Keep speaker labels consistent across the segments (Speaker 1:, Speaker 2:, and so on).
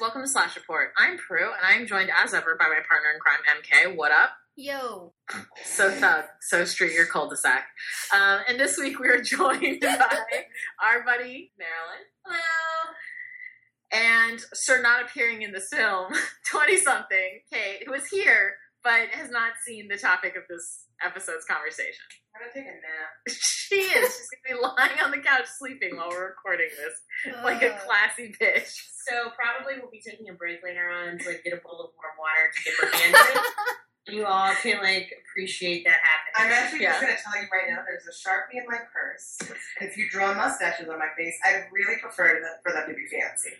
Speaker 1: welcome to Slash Report. I'm Prue, and I'm joined as ever by my partner in crime, MK. What up?
Speaker 2: Yo.
Speaker 1: So thug, so street your cul-de-sac. Um, and this week we are joined by our buddy Marilyn. Hello. And sure, not appearing in this film, 20-something Kate, who is here but has not seen the topic of this episode's conversation.
Speaker 3: I'm gonna take a nap.
Speaker 1: She is. She's gonna be lying on the couch sleeping while we're recording this, like
Speaker 2: Uh.
Speaker 1: a classy bitch.
Speaker 3: So probably we'll be taking a break later on to like get a bowl of warm water to get my hands in. You all can like appreciate that
Speaker 4: I'm actually
Speaker 3: happening.
Speaker 4: just going to tell you right now. There's a sharpie in my purse. If you draw mustaches on my face, I'd really prefer that for them to be fancy.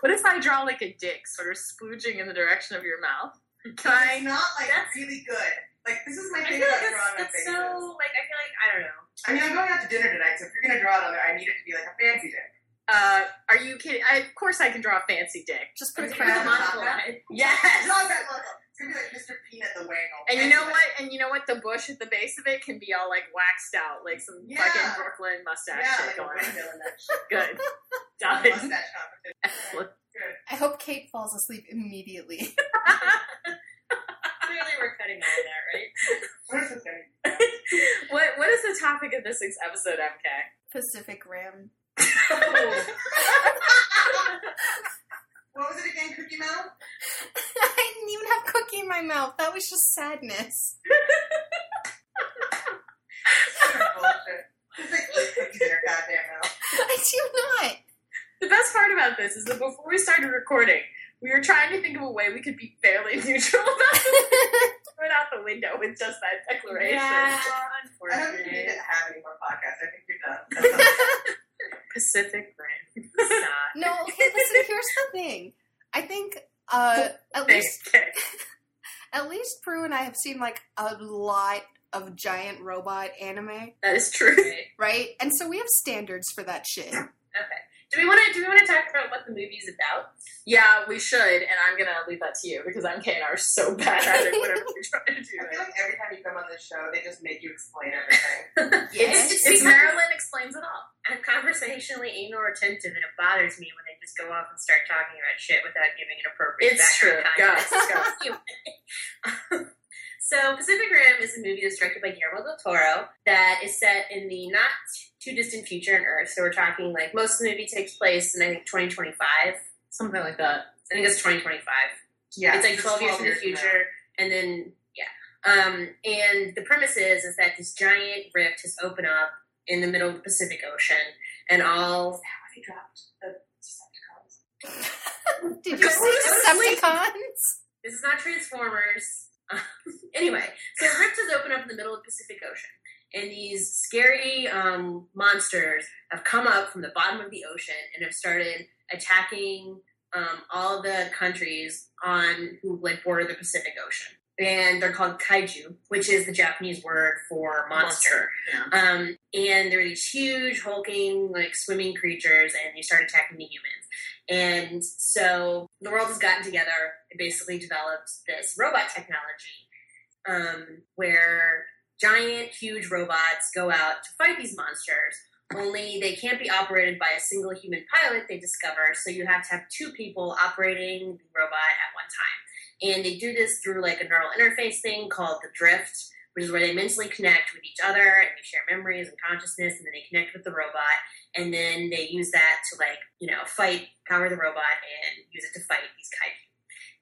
Speaker 1: What if I draw like a dick, sort of splooging in the direction of your mouth? Can
Speaker 4: It's
Speaker 1: I?
Speaker 4: not like
Speaker 3: That's-
Speaker 4: really good. Like this is my
Speaker 3: I feel
Speaker 4: favorite
Speaker 3: like
Speaker 4: drawing on
Speaker 3: that's, that's
Speaker 4: faces.
Speaker 3: so like I feel like I don't know.
Speaker 4: I mean, I'm going out to dinner tonight, so if you're going to draw it on there, I need it to be like a fancy dick.
Speaker 1: Uh, are you kidding? I, of course, I can draw a fancy dick.
Speaker 2: Just put a
Speaker 4: It's
Speaker 2: crown
Speaker 4: not
Speaker 2: on
Speaker 4: that.
Speaker 2: it.
Speaker 4: It's
Speaker 1: Yes.
Speaker 4: not that local. It's going to be like Mr. Peanut the Wangle.
Speaker 1: And you know what? And you know what? The bush at the base of it can be all like waxed out, like some
Speaker 4: Yeah.
Speaker 1: fucking Brooklyn mustache
Speaker 4: Yeah,
Speaker 1: shit
Speaker 4: like a
Speaker 1: going. on.
Speaker 4: window in that shit.
Speaker 1: Good. Done.
Speaker 4: mustache competition.
Speaker 1: Excellent.
Speaker 2: I hope Kate falls asleep immediately.
Speaker 3: Clearly we're cutting all of that, right?
Speaker 4: What is this thing?
Speaker 1: What What is the topic of this week's episode, MK?
Speaker 2: Pacific Rim.
Speaker 1: Oh,
Speaker 4: What was it again? Cookie Mouth?
Speaker 2: I didn't even have cookie in my mouth. That was just sadness.
Speaker 4: Bullshit. It's like eat cookies in your goddamn mouth.
Speaker 2: I do not.
Speaker 1: The best part about this is that before we started recording, we were trying to think of a way we could be fairly neutral about this. Throw it out the window with just that declaration.
Speaker 3: Yeah,
Speaker 4: I don't think you need to
Speaker 3: unfortunate.
Speaker 4: have any more podcasts. I think you're done. That's all.
Speaker 1: Pacific Rim.
Speaker 3: It's not.
Speaker 2: No, okay, listen, here's the thing. I think uh at least
Speaker 1: Thanks, Kay.
Speaker 2: at least Prue and I have seen like a lot of giant robot anime,
Speaker 1: That is true.
Speaker 3: Right.
Speaker 2: right? And so we have standards for that shit.
Speaker 3: Okay. Do we want to do we want to talk about what the movie's about?
Speaker 1: Yeah, we should, and I'm gonna leave that to you because I'm K and R are so bad at it whenever we try to do
Speaker 4: I
Speaker 1: it.
Speaker 4: feel like every time you come on this show, they just make you explain everything.
Speaker 2: Yes.
Speaker 3: It's-
Speaker 1: It's Marilyn explains it all.
Speaker 3: I'm conversationally anal retentive, and it bothers me when they just go off and start talking about shit without giving an appropriate
Speaker 1: It's
Speaker 3: background
Speaker 1: true.
Speaker 3: context.
Speaker 1: Go, go.
Speaker 3: so Pacific Rim is a movie that's directed by Guillermo del Toro that is set in the not too distant future on Earth. So we're talking like most of the movie takes place in I think 2025. I
Speaker 1: Something like that.
Speaker 3: think it's 2025.
Speaker 4: Yeah,
Speaker 3: it's like 12 years in the future, and then yeah. Um, and the premise is is that this giant rift has opened up in the middle of the Pacific Ocean, and all
Speaker 4: Have you dropped the Decepticons?
Speaker 2: Did you say Decepticons?
Speaker 3: This is not Transformers. anyway, so the rift has opened up in the middle of the Pacific Ocean, and these scary um, monsters have come up from the bottom of the ocean and have started attacking um, all the countries on who like border the Pacific Ocean. And they're called kaiju, which is the Japanese word for monster.
Speaker 1: Yeah.
Speaker 3: Um, and there are these huge, hulking, like swimming creatures, and they start attacking the humans. And so the world has gotten together and basically developed this robot technology um, where giant, huge robots go out to fight these monsters. Only they can't be operated by a single human pilot, they discover. So you have to have two people operating the robot at one time. And they do this through like a neural interface thing called the drift, which is where they mentally connect with each other and they share memories and consciousness and then they connect with the robot and then they use that to like you know fight power the robot and use it to fight these kaiju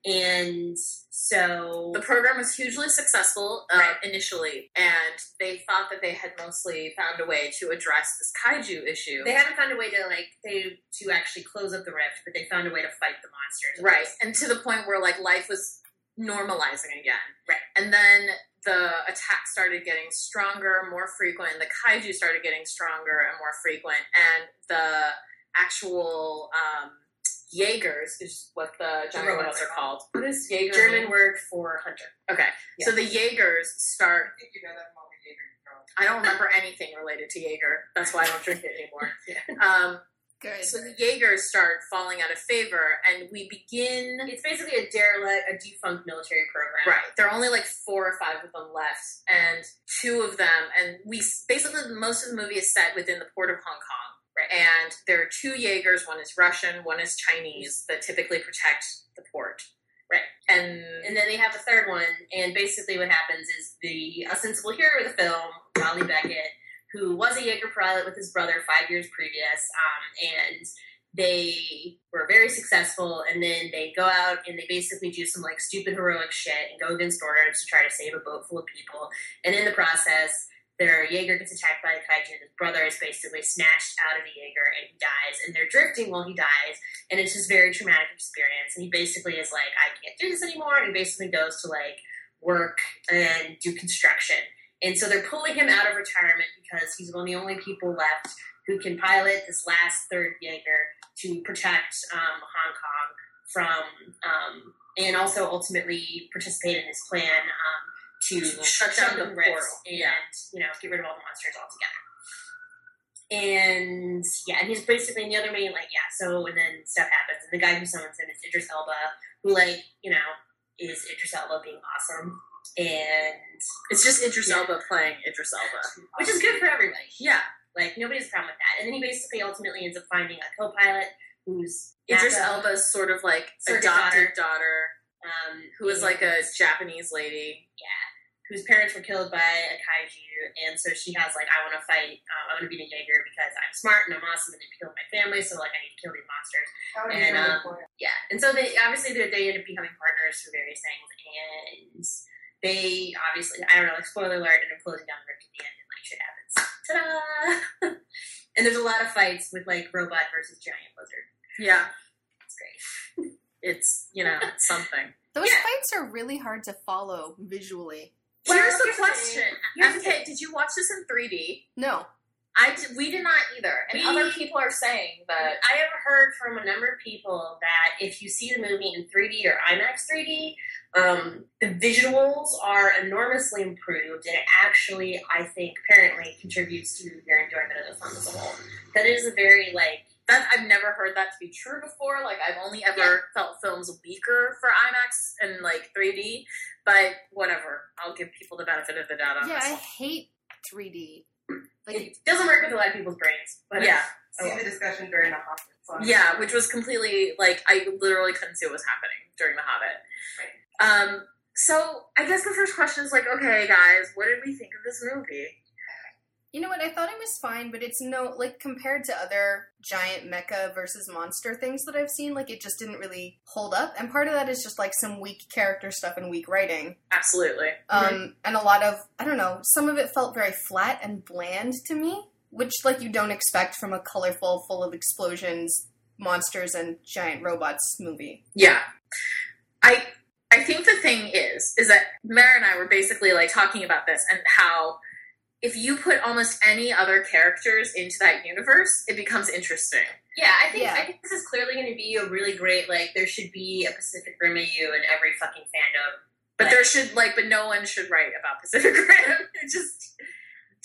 Speaker 3: and so
Speaker 1: The program was hugely successful uh,
Speaker 3: Right.
Speaker 1: initially, and they thought that they had mostly found a way to address this kaiju issue.
Speaker 3: they haven't found a way to like they to actually close up the rift but they found a way to fight the monsters
Speaker 1: right, and to the point where like life was normalizing again.
Speaker 3: Right.
Speaker 1: and then the attacks started getting stronger, more frequent. The kaiju started getting stronger and more frequent, and the actual um, Jaegers is what the giant
Speaker 3: robots
Speaker 1: robots
Speaker 3: are
Speaker 1: are called. What is Jaeger?
Speaker 3: german
Speaker 1: mean?
Speaker 3: word for hunter
Speaker 1: Okay, so the Jaegers start
Speaker 4: I think you know that from all the Jaeger you draw.
Speaker 1: I don't remember anything related to Jaeger. That's why I don't drink it anymore.
Speaker 3: Yeah.
Speaker 1: Um,
Speaker 2: Good.
Speaker 1: so the Jaegers start falling out of favor, and we begin.
Speaker 3: it's basically a derelict a defunct military program
Speaker 1: Right, there are only like four or five of them left, and two of them, and we basically most of the movie is set within the port of Hong Kong.
Speaker 3: Right.
Speaker 1: And there are two Jaegers, one is Russian, one is Chinese, that typically protect the port.
Speaker 3: Right.
Speaker 1: And,
Speaker 3: And then they have a third one, and basically what happens is the ostensible hero of the film, Raleigh Beckett, who was a Jaeger pilot with his brother five years previous, um, and they were very successful, and then they go out and they basically do some like stupid heroic shit and go against orders to try to save a boat full of people, and in the process, their Jaeger gets attacked by the kaiju, and his brother is basically snatched out of the Jaeger and he dies, and they're drifting while he dies, and it's just very traumatic experience. And he basically is like, I can't do this anymore, and he basically goes to like work and do construction. And so they're pulling him out of retirement because he's one of the only people left who can pilot this last third Jaeger to protect um, Hong Kong from, um, and also ultimately participate in his plan um, to shut down the portal and
Speaker 1: Yeah.
Speaker 3: you know get rid of all the monsters altogether and yeah, and he's basically in the other main, like, yeah, so, and then stuff happens. And the guy who summons him is Idris Elba, who, like, you know, is Idris Elba being awesome. And,
Speaker 1: it's just Idris
Speaker 3: Yeah.
Speaker 1: Elba playing Idris Elba.
Speaker 3: which is good for everybody.
Speaker 1: Yeah.
Speaker 3: Like, nobody's a problem with that. And then he basically ultimately ends up finding a co pilot who's
Speaker 1: Idris
Speaker 3: NASA,
Speaker 1: Elba's sort of like
Speaker 3: Surrogate
Speaker 1: adopted daughter,
Speaker 3: um,
Speaker 1: who is
Speaker 3: and-
Speaker 1: like a Japanese lady.
Speaker 3: yeah, whose parents were killed by a kaiju, and so she has like, I want to fight, um, I want to be the Jaeger because I'm smart and I'm awesome and they killed my family, so like, I need to kill these monsters.
Speaker 4: That would be
Speaker 3: And,
Speaker 4: really
Speaker 3: um,
Speaker 4: cool.
Speaker 3: yeah and so they obviously they, they end up becoming partners for various things and they obviously i don't know like spoiler alert and i'm closing down ripped at the end and like shit happens ta-da and there's a lot of fights with like robot versus giant lizard
Speaker 1: Yeah.
Speaker 3: it's great
Speaker 1: It's, you know, something.
Speaker 2: Those
Speaker 3: Yeah.
Speaker 2: fights are really hard to follow visually.
Speaker 3: Well,
Speaker 1: Here's the
Speaker 3: here's the
Speaker 1: question.
Speaker 3: Here's the
Speaker 1: MK, did you watch this in 3D?
Speaker 2: No.
Speaker 1: I d- we did not either. And
Speaker 3: We-
Speaker 1: other people are saying that
Speaker 3: i have heard from a number of people that if you see the movie in 3d or imax 3d um, the visuals are enormously improved and it actually i think apparently contributes to your enjoyment of the film as a whole that is a very like
Speaker 1: that I've never heard that to be true before. Like I've only ever
Speaker 3: Yeah.
Speaker 1: felt films weaker for IMAX and like 3D, but whatever. I'll give people the benefit of the doubt on
Speaker 2: Yeah,
Speaker 1: this.
Speaker 2: I
Speaker 1: one.
Speaker 2: hate 3D. Like,
Speaker 3: it doesn't work with a lot of people's brains. But
Speaker 1: yeah,
Speaker 4: See the discussion during the hospital. so-
Speaker 1: oh. yeah, which was completely like I literally couldn't see what was happening during The Hobbit. Um, so I guess the first question is like, okay, guys, what did we think of this movie?
Speaker 2: you know what? I thought it was fine, but it's no, like, compared to other giant mecha versus monster things that I've seen, like, it just didn't really hold up. And part of that is just, like, some weak character stuff and weak writing.
Speaker 1: Absolutely.
Speaker 2: Um, And a lot of, I don't know, some of it felt very flat and bland to me, which, like, you don't expect from a colorful, full of explosions, monsters, and giant robots movie.
Speaker 1: Yeah. I I think the thing is is that Mara and I were basically like talking about this and how if you put almost any other characters into that universe, it becomes interesting.
Speaker 3: yeah, I think
Speaker 2: Yeah.
Speaker 3: I think this is clearly going to be a really great like there should be a Pacific Rim AU in every fucking fandom.
Speaker 1: But
Speaker 3: Right.
Speaker 1: there should like but no one should write about Pacific Rim. It's just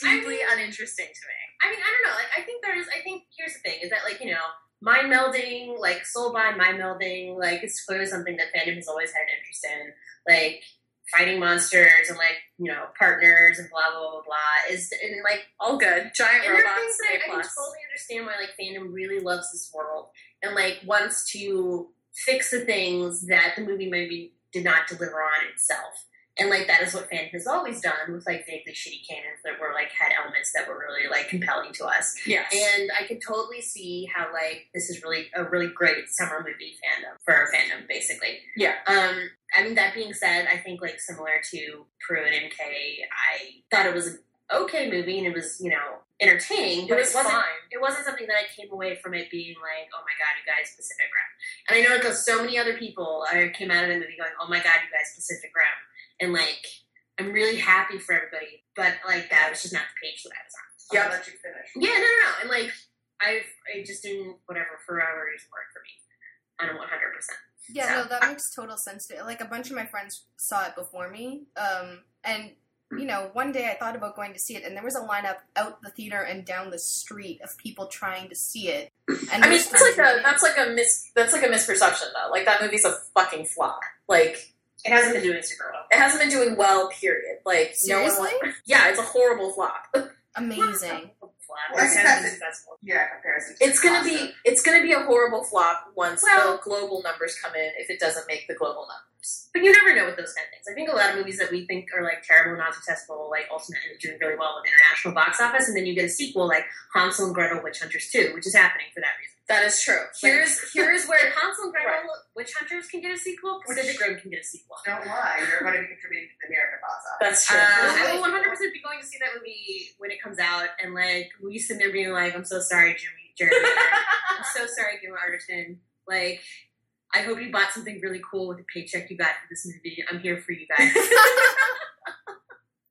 Speaker 1: deeply
Speaker 3: I
Speaker 1: uninteresting to me.
Speaker 3: I mean, I don't know. Like, I think there's. I think here's the thing: is that like you know, mind melding, like soul bind, mind melding, like it's clearly something that fandom has always had an interest in. Like fighting monsters and like you know partners and blah blah blah blah is and like
Speaker 1: All good. Giant
Speaker 3: And there are
Speaker 1: robots.
Speaker 3: things that I,
Speaker 1: A
Speaker 3: I can
Speaker 1: plus.
Speaker 3: totally understand why like fandom really loves this world and like wants to fix the things that the movie maybe did not deliver on itself. And like that is what fandom has always done with like vaguely shitty canons that were like had elements that were really like compelling to us.
Speaker 1: Yes.
Speaker 3: And I can totally see how like this is really a really great summer movie fandom for our fandom, basically.
Speaker 1: Yeah.
Speaker 3: Um, I mean that being said, I think like similar to Prue and MK, I thought it was an okay movie and it was, you know, entertaining,
Speaker 1: it
Speaker 3: but it,
Speaker 1: was
Speaker 3: wasn't
Speaker 1: fine.
Speaker 3: it wasn't something that I came away from it being like, oh my god, you guys Pacific Rim. And I know because so many other people I came out of the movie going, oh my god, you guys Pacific Rim, and like I'm really happy for everybody, but like that was just not the page that I was on.
Speaker 4: I'll
Speaker 1: Yeah.
Speaker 4: let you finish.
Speaker 3: Yeah, no, no, no. And like, I I just didn't whatever forever is work for me on one hundred percent.
Speaker 2: Yeah, no,
Speaker 3: So-
Speaker 2: that makes total sense. To, like a bunch of my friends saw it before me, um, and
Speaker 1: Mm.
Speaker 2: you know, one day I thought about going to see it, and there was a lineup out the theater and down the street of people trying to see it. And
Speaker 1: I mean,
Speaker 2: this
Speaker 1: it's like
Speaker 2: time-
Speaker 1: a that's like a mis that's like a misperception though. Like that movie's a fucking flop. Like
Speaker 3: It hasn't been doing super well.
Speaker 1: it hasn't been doing well. Period. Like no one.
Speaker 2: seriously
Speaker 1: wa- Yeah, it's a horrible flop.
Speaker 2: amazing.
Speaker 3: Flop. flop.
Speaker 4: Well, I
Speaker 3: It's
Speaker 4: think
Speaker 3: gonna be
Speaker 4: that's it.
Speaker 3: successful.
Speaker 4: Yeah, comparison. to
Speaker 1: It's gonna be
Speaker 4: Boston.
Speaker 1: it's gonna be a horrible flop once
Speaker 3: Well-
Speaker 1: the global numbers come in if it doesn't make the global numbers.
Speaker 3: But you never know with those kind of things. I think a lot of movies that we think are like terrible, not successful, like ultimately end up doing really well with international box office, and then you get a sequel like Hansel and Gretel Witch Hunters 2, which is happening for that reason.
Speaker 1: That is true.
Speaker 3: Here's here's where Hansel and Gretel
Speaker 1: Right.
Speaker 3: Witch Hunters can get a sequel,
Speaker 4: Which-
Speaker 3: Pacific Rim can get a sequel.
Speaker 4: Don't lie. You're going to be contributing to the American box
Speaker 1: that's
Speaker 4: office.
Speaker 3: Uh,
Speaker 1: true.
Speaker 3: I will 100 percent be going to see that movie when it comes out, and like we sit there being like, "I'm so sorry, Jimmy, Jeremy, I'm so sorry, Jim Arterton. Like, I hope you bought something really cool with the paycheck you got for this movie. I'm here for you guys.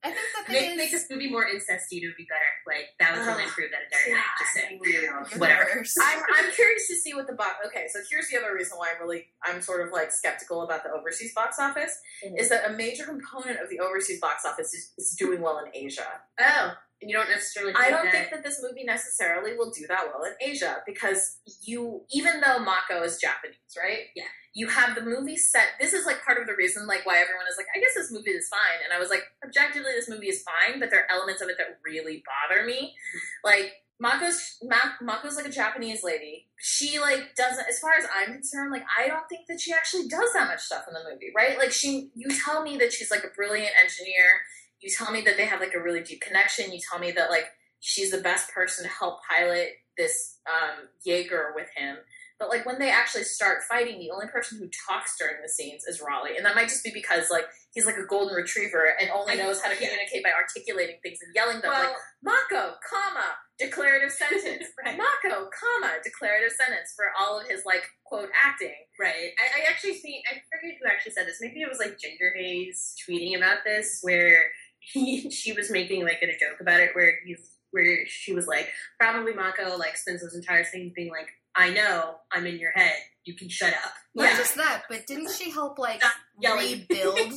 Speaker 2: I think the
Speaker 3: make
Speaker 2: thing
Speaker 3: make
Speaker 2: is,
Speaker 3: this movie more incesty to be better. Like that was really
Speaker 1: Ugh.
Speaker 3: improved that entire night. Just saying.
Speaker 4: Really on
Speaker 2: you're
Speaker 3: whatever.
Speaker 2: worse.
Speaker 1: I'm, I'm curious to see what the box. Okay, so here's the other reason why I'm really I'm sort of like skeptical about the overseas box office
Speaker 3: Mhm.
Speaker 1: is that a major component of the overseas box office is, is doing well in Asia.
Speaker 3: Oh, and you don't necessarily.
Speaker 1: I don't
Speaker 3: that.
Speaker 1: think that this movie necessarily will do that well in Asia because you, even though Mako is Japanese, right?
Speaker 3: Yeah.
Speaker 1: You have the movie set. This is like part of the reason, like why everyone is like, I guess this movie is fine, and I was like, objectively, this movie is fine, but there are elements of it that really bother me.
Speaker 3: Mm-hmm.
Speaker 1: Like Mako's Ma- Mako's like a Japanese lady. She like doesn't, as far as I'm concerned, like I don't think that she actually does that much stuff in the movie, right? Like she, you tell me that she's like a brilliant engineer. You tell me that they have like a really deep connection. You tell me that like she's the best person to help pilot this um, Jaeger with him. But like when they actually start fighting, the only person who talks during the scenes is Raleigh, and that might just be because like he's like a golden retriever and only
Speaker 3: I-
Speaker 1: knows how to
Speaker 3: yeah.
Speaker 1: communicate by articulating things and yelling them.
Speaker 3: Well,
Speaker 1: like Mako, comma, declarative sentence.
Speaker 3: Right.
Speaker 1: Mako, comma, declarative sentence for all of his like quote acting.
Speaker 3: Right. I, I actually think I forget who actually said this. Maybe it was like Ginger Hayes tweeting about this, where he, she was making like a joke about it, where he's where she was like, probably Mako like spends those entire things being like, I know, I'm in your head. You can shut up.
Speaker 2: Not
Speaker 1: Yeah.
Speaker 2: just that, but didn't she help like
Speaker 3: Stop yelling.
Speaker 2: rebuild?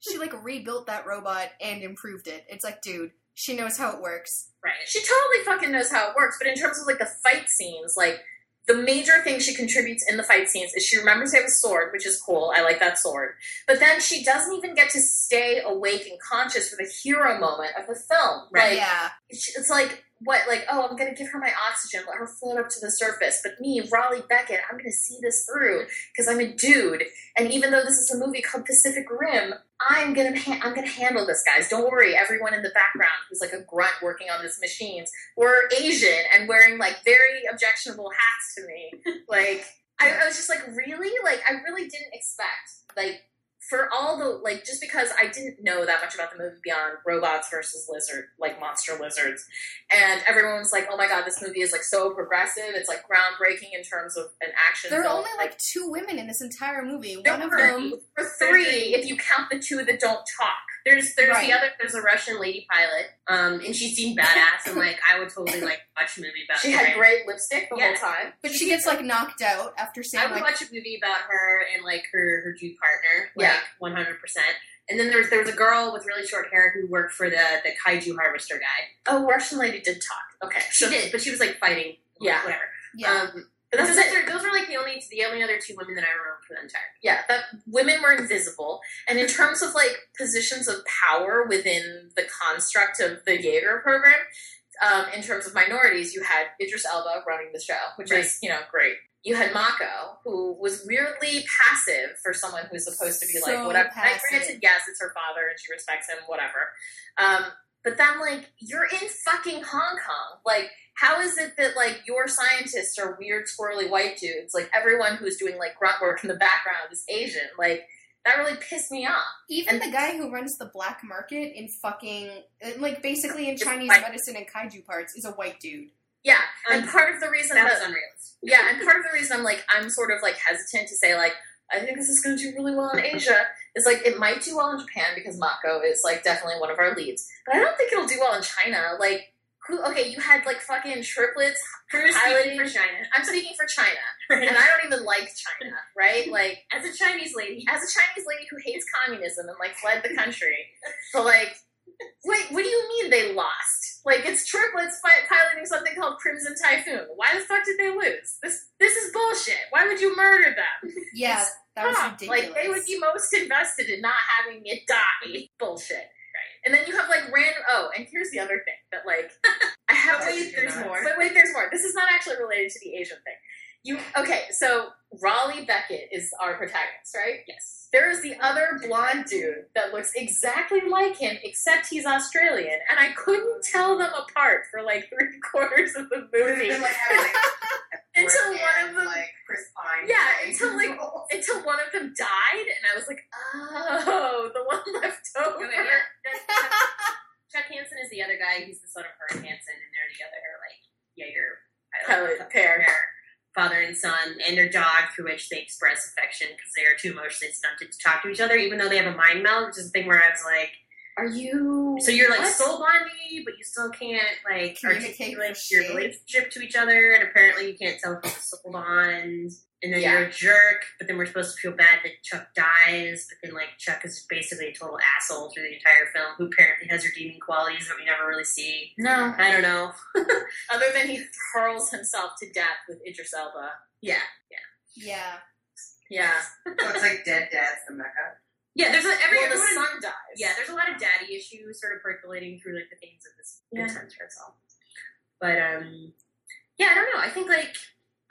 Speaker 2: she like rebuilt that robot and improved it. It's like, dude, she knows how it works.
Speaker 3: Right.
Speaker 1: She totally fucking knows how it works, but in terms of like the fight scenes, like the major thing she contributes in the fight scenes is she remembers they have a sword, which is cool. I like that sword. But then she doesn't even get to stay awake and conscious for the hero moment of the film.
Speaker 3: Right.
Speaker 1: Like,
Speaker 2: yeah.
Speaker 1: it's it's like what like oh i'm gonna give her my oxygen let her float up to the surface but me raleigh beckett i'm gonna see this through because i'm a dude and even though this is a movie called pacific rim i'm gonna ha- i'm gonna handle this guys don't worry everyone in the background who's like a grunt working on this machines were asian and wearing like very objectionable hats to me like I, I was just like really like i really didn't expect like for all the like just because i didn't know that much about the movie beyond robots versus lizard like monster lizards and everyone was like oh my god this movie is like so progressive it's like groundbreaking in terms of an action
Speaker 2: There are
Speaker 1: film.
Speaker 2: only like two women in this entire movie.
Speaker 1: there
Speaker 2: One of
Speaker 1: were,
Speaker 2: them
Speaker 1: there were three if you count the two that don't talk
Speaker 3: There's there's
Speaker 2: Right.
Speaker 3: the other there's a Russian lady pilot, um, and she seemed badass and like I would totally like watch a movie about
Speaker 1: she
Speaker 3: her.
Speaker 1: had great lipstick the
Speaker 3: Yeah.
Speaker 1: whole time
Speaker 2: but she gets like knocked out after
Speaker 3: I
Speaker 2: saying
Speaker 3: would
Speaker 2: like
Speaker 3: watch a movie about her and like her her Jew partner, like
Speaker 1: Yeah.
Speaker 3: one hundred percent. And then there was there was a girl with really short hair who worked for the the kaiju harvester guy.
Speaker 1: oh russian lady did talk okay
Speaker 3: She did, but she was like fighting,
Speaker 1: Yeah.
Speaker 3: whatever.
Speaker 2: Yeah.
Speaker 3: Um, but those, those, are, those were like the only the only other two women that I remember for the entire.
Speaker 1: yeah that women were invisible and in terms of like positions of power within the construct of the jaeger program um, in terms of minorities you had idris elba running the show which
Speaker 3: Right.
Speaker 1: is you know great you had mako who was weirdly passive for someone who's supposed to be like
Speaker 2: So
Speaker 1: whatever And I
Speaker 2: passive.
Speaker 1: granted yes it's her father and she respects him whatever um, but then like you're in fucking hong kong like how is it that like your scientists are weird swirly white dudes like everyone who's doing like grunt work in the background is asian like that really pissed me off
Speaker 2: even
Speaker 1: and-
Speaker 2: the guy who runs the black market in fucking uh, like basically in
Speaker 1: It's
Speaker 2: Chinese
Speaker 1: white.
Speaker 2: medicine and kaiju parts is a white dude.
Speaker 1: yeah
Speaker 3: Um,
Speaker 1: and part of the reason
Speaker 3: That
Speaker 1: that,
Speaker 3: was unreal.
Speaker 1: yeah and part of the reason i'm like i'm sort of like hesitant to say like i think this is going to do really well in asia is like it might do well in japan because mako is like definitely one of our leads but i don't think it'll do well in china like who okay you had like fucking triplets
Speaker 3: Cruise
Speaker 1: Piloting-
Speaker 3: for China.
Speaker 1: i'm speaking for china and i don't even like china right like
Speaker 3: As a Chinese lady,
Speaker 1: as a Chinese lady who hates communism and like fled the country, but like, wait, what do you mean they lost? Like, it's triplets fi- piloting something called Crimson Typhoon. Why the fuck did they lose? This this is bullshit. Why would you murder them?
Speaker 2: Yeah,
Speaker 1: It's
Speaker 2: that was
Speaker 1: Huh,
Speaker 2: ridiculous.
Speaker 1: Like, they would be most invested in not having it die. Bullshit. And then you have like random. Oh, and here's the other thing that like I have.
Speaker 4: But
Speaker 3: wait, there's more.
Speaker 1: But wait, there's more. This is not actually related to the Asian thing. You okay? So Raleigh Beckett is our protagonist, right?
Speaker 3: Yes.
Speaker 1: There is the other blonde dude that looks exactly like him, except he's Australian, and I couldn't tell them apart for like three quarters of the
Speaker 4: It would have
Speaker 1: movie.
Speaker 4: been like having like a
Speaker 1: Until
Speaker 4: Brett
Speaker 1: one of
Speaker 4: and,
Speaker 1: them-
Speaker 4: like Chris Pine.
Speaker 1: Yeah,
Speaker 4: playing
Speaker 1: until, like,
Speaker 4: people.
Speaker 1: Until one of them died, and I was like, "Oh, the one left
Speaker 3: Okay,
Speaker 1: over."
Speaker 3: yeah, that's- Chuck- Chuck Hansen is the other guy. He's the son of Herb Hansen, and they're the other like Jaeger
Speaker 1: Pilot pair.
Speaker 3: father and son, and their dog, through which they express affection because they are too emotionally stunted to talk to each other, even though they have a mind meld, which is the thing where I was like,
Speaker 1: Are you?
Speaker 3: so you're like
Speaker 1: What?
Speaker 3: soul bonding, but you still can't like
Speaker 2: Communicate
Speaker 3: articulate
Speaker 2: for
Speaker 3: your
Speaker 2: shit.
Speaker 3: relationship to each other, and apparently you can't tell if it's a soul bond. And then
Speaker 1: Yeah.
Speaker 3: you're a jerk, but then we're supposed to feel bad that Chuck dies, but then like Chuck is basically a total asshole through the entire film, who apparently has redeeming qualities that we never really see.
Speaker 1: No.
Speaker 3: I don't know.
Speaker 1: Other than he hurls himself to death with Idris Elba.
Speaker 3: Yeah.
Speaker 2: Yeah.
Speaker 1: Yeah.
Speaker 4: so it's like Dead Dad's the Mecca.
Speaker 3: Yeah, there's a, every
Speaker 1: well, the
Speaker 3: everyone-
Speaker 1: sun dies.
Speaker 3: yeah, there's a lot of daddy issues sort of percolating through like the themes of this
Speaker 1: Yeah.
Speaker 3: intense all. But um, yeah, I don't know. I think like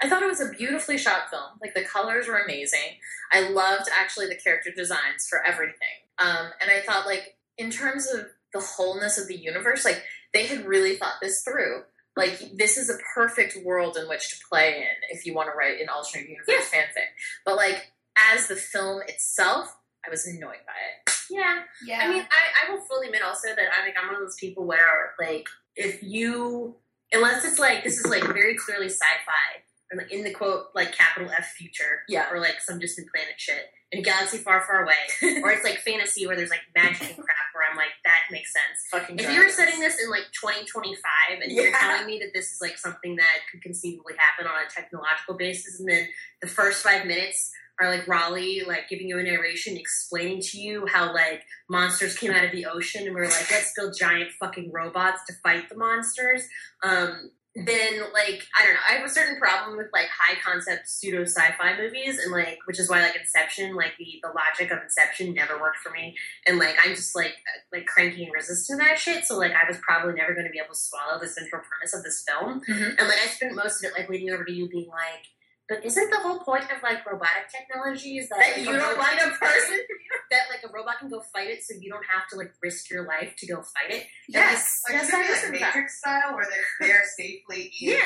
Speaker 1: I thought it was a beautifully shot film. Like the colors were amazing. I loved actually the character designs for everything. Um, and I thought like in terms of the wholeness of the universe, like they had really thought this through. Like this is a perfect world in which to play in if you want to write an alternate universe fanfic. But like as the film itself, I was annoyed by it.
Speaker 3: yeah,
Speaker 2: Yeah.
Speaker 3: I mean, I, I will fully admit also that I'm like I'm one of those people where like if you unless it's like this is like very clearly sci-fi or like in the quote like capital F future
Speaker 1: Yeah.
Speaker 3: or like some distant planet shit in a galaxy far far away or it's like fantasy where there's like magic and crap where I'm like that makes sense.
Speaker 1: Fucking
Speaker 3: If you were
Speaker 1: dragons.
Speaker 3: setting this in like 2025 and you're
Speaker 1: Yeah.
Speaker 3: telling me that this is like something that could conceivably happen on a technological basis, and then the first five minutes are like Raleigh like giving you a narration explaining to you how like monsters came out of the ocean and we're like let's build giant fucking robots to fight the monsters. Um, then like I don't know, I have a certain problem with like high concept pseudo sci-fi movies and like which is why like Inception, like the the logic of Inception never worked for me. And like I'm just like like cranky and resistant to that shit. So like I was probably never going to be able to swallow the central premise of this film.
Speaker 1: Mhm.
Speaker 3: And like I spent most of it like leading over to you being like, but isn't the whole point of like robotic technology is that,
Speaker 1: that
Speaker 3: like,
Speaker 1: you don't
Speaker 3: robot
Speaker 1: like a
Speaker 3: can-
Speaker 1: person.
Speaker 3: that like a robot can go fight it, so you don't have to like risk your life to go fight it.
Speaker 2: yes.
Speaker 4: Like
Speaker 1: Yes,
Speaker 4: it's gonna
Speaker 1: that
Speaker 4: be
Speaker 1: is in
Speaker 4: like Matrix style where they're there safely in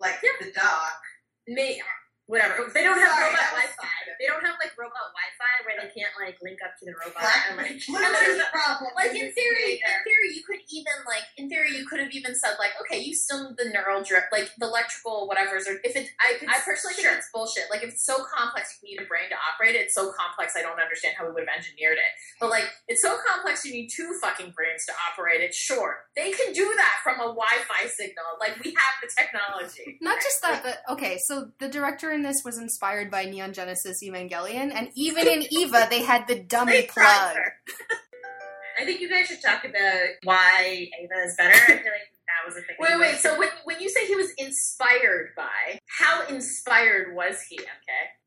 Speaker 4: like the dock.
Speaker 3: may whatever. They don't have
Speaker 4: Sorry,
Speaker 3: robot
Speaker 4: that was
Speaker 3: Wi-Fi.
Speaker 4: stupid.
Speaker 3: They don't have like robot Wi-Fi where they can't like link up to the robot and like.
Speaker 4: What is the problem?
Speaker 1: like
Speaker 4: with
Speaker 1: in
Speaker 4: this
Speaker 1: theory, in
Speaker 4: theater?
Speaker 1: theory, you could even like in theory you could have even said like, okay, you still need the neural drip, like the electrical whatever's. Or if it, I, I personally
Speaker 3: Sure.
Speaker 1: think it's bullshit. Like if it's so complex, you need a brain to operate it. It's so complex, I don't understand how we would have engineered it. But like, it's so complex, you need two fucking brains to operate it. Sure, they can do that from a Wi-Fi signal. Like we have the technology.
Speaker 2: Not just that, but okay, so the director in this was inspired by Neon Genesis Evangelion, and even in Eva, they had the dummy plug.
Speaker 3: I think you guys should talk about why Ava is better. I feel like that was a thing.
Speaker 1: Wait, wait. So when when you say he was inspired by, how inspired was he? Okay.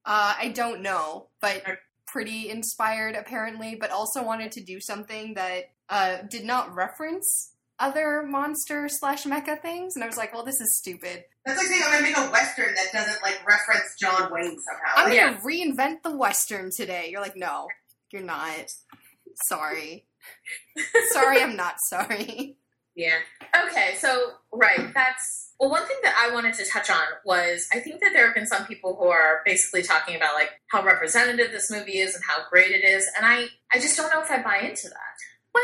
Speaker 2: Uh, I don't know, but pretty inspired apparently, but also wanted to do something that uh, did not reference other monster slash mecha things, and I was like, well, this is stupid.
Speaker 4: That's like saying I'm gonna make a western that doesn't like reference John Wayne somehow.
Speaker 2: I'm
Speaker 4: Like,
Speaker 2: gonna reinvent the Western today. You're like, no, you're not. Sorry. sorry, I'm not sorry.
Speaker 3: yeah.
Speaker 1: Okay, so right, that's well. One thing that I wanted to touch on was I think that there have been some people who are basically talking about like how representative this movie is and how great it is, and I I just don't know if I buy into that.
Speaker 3: Well,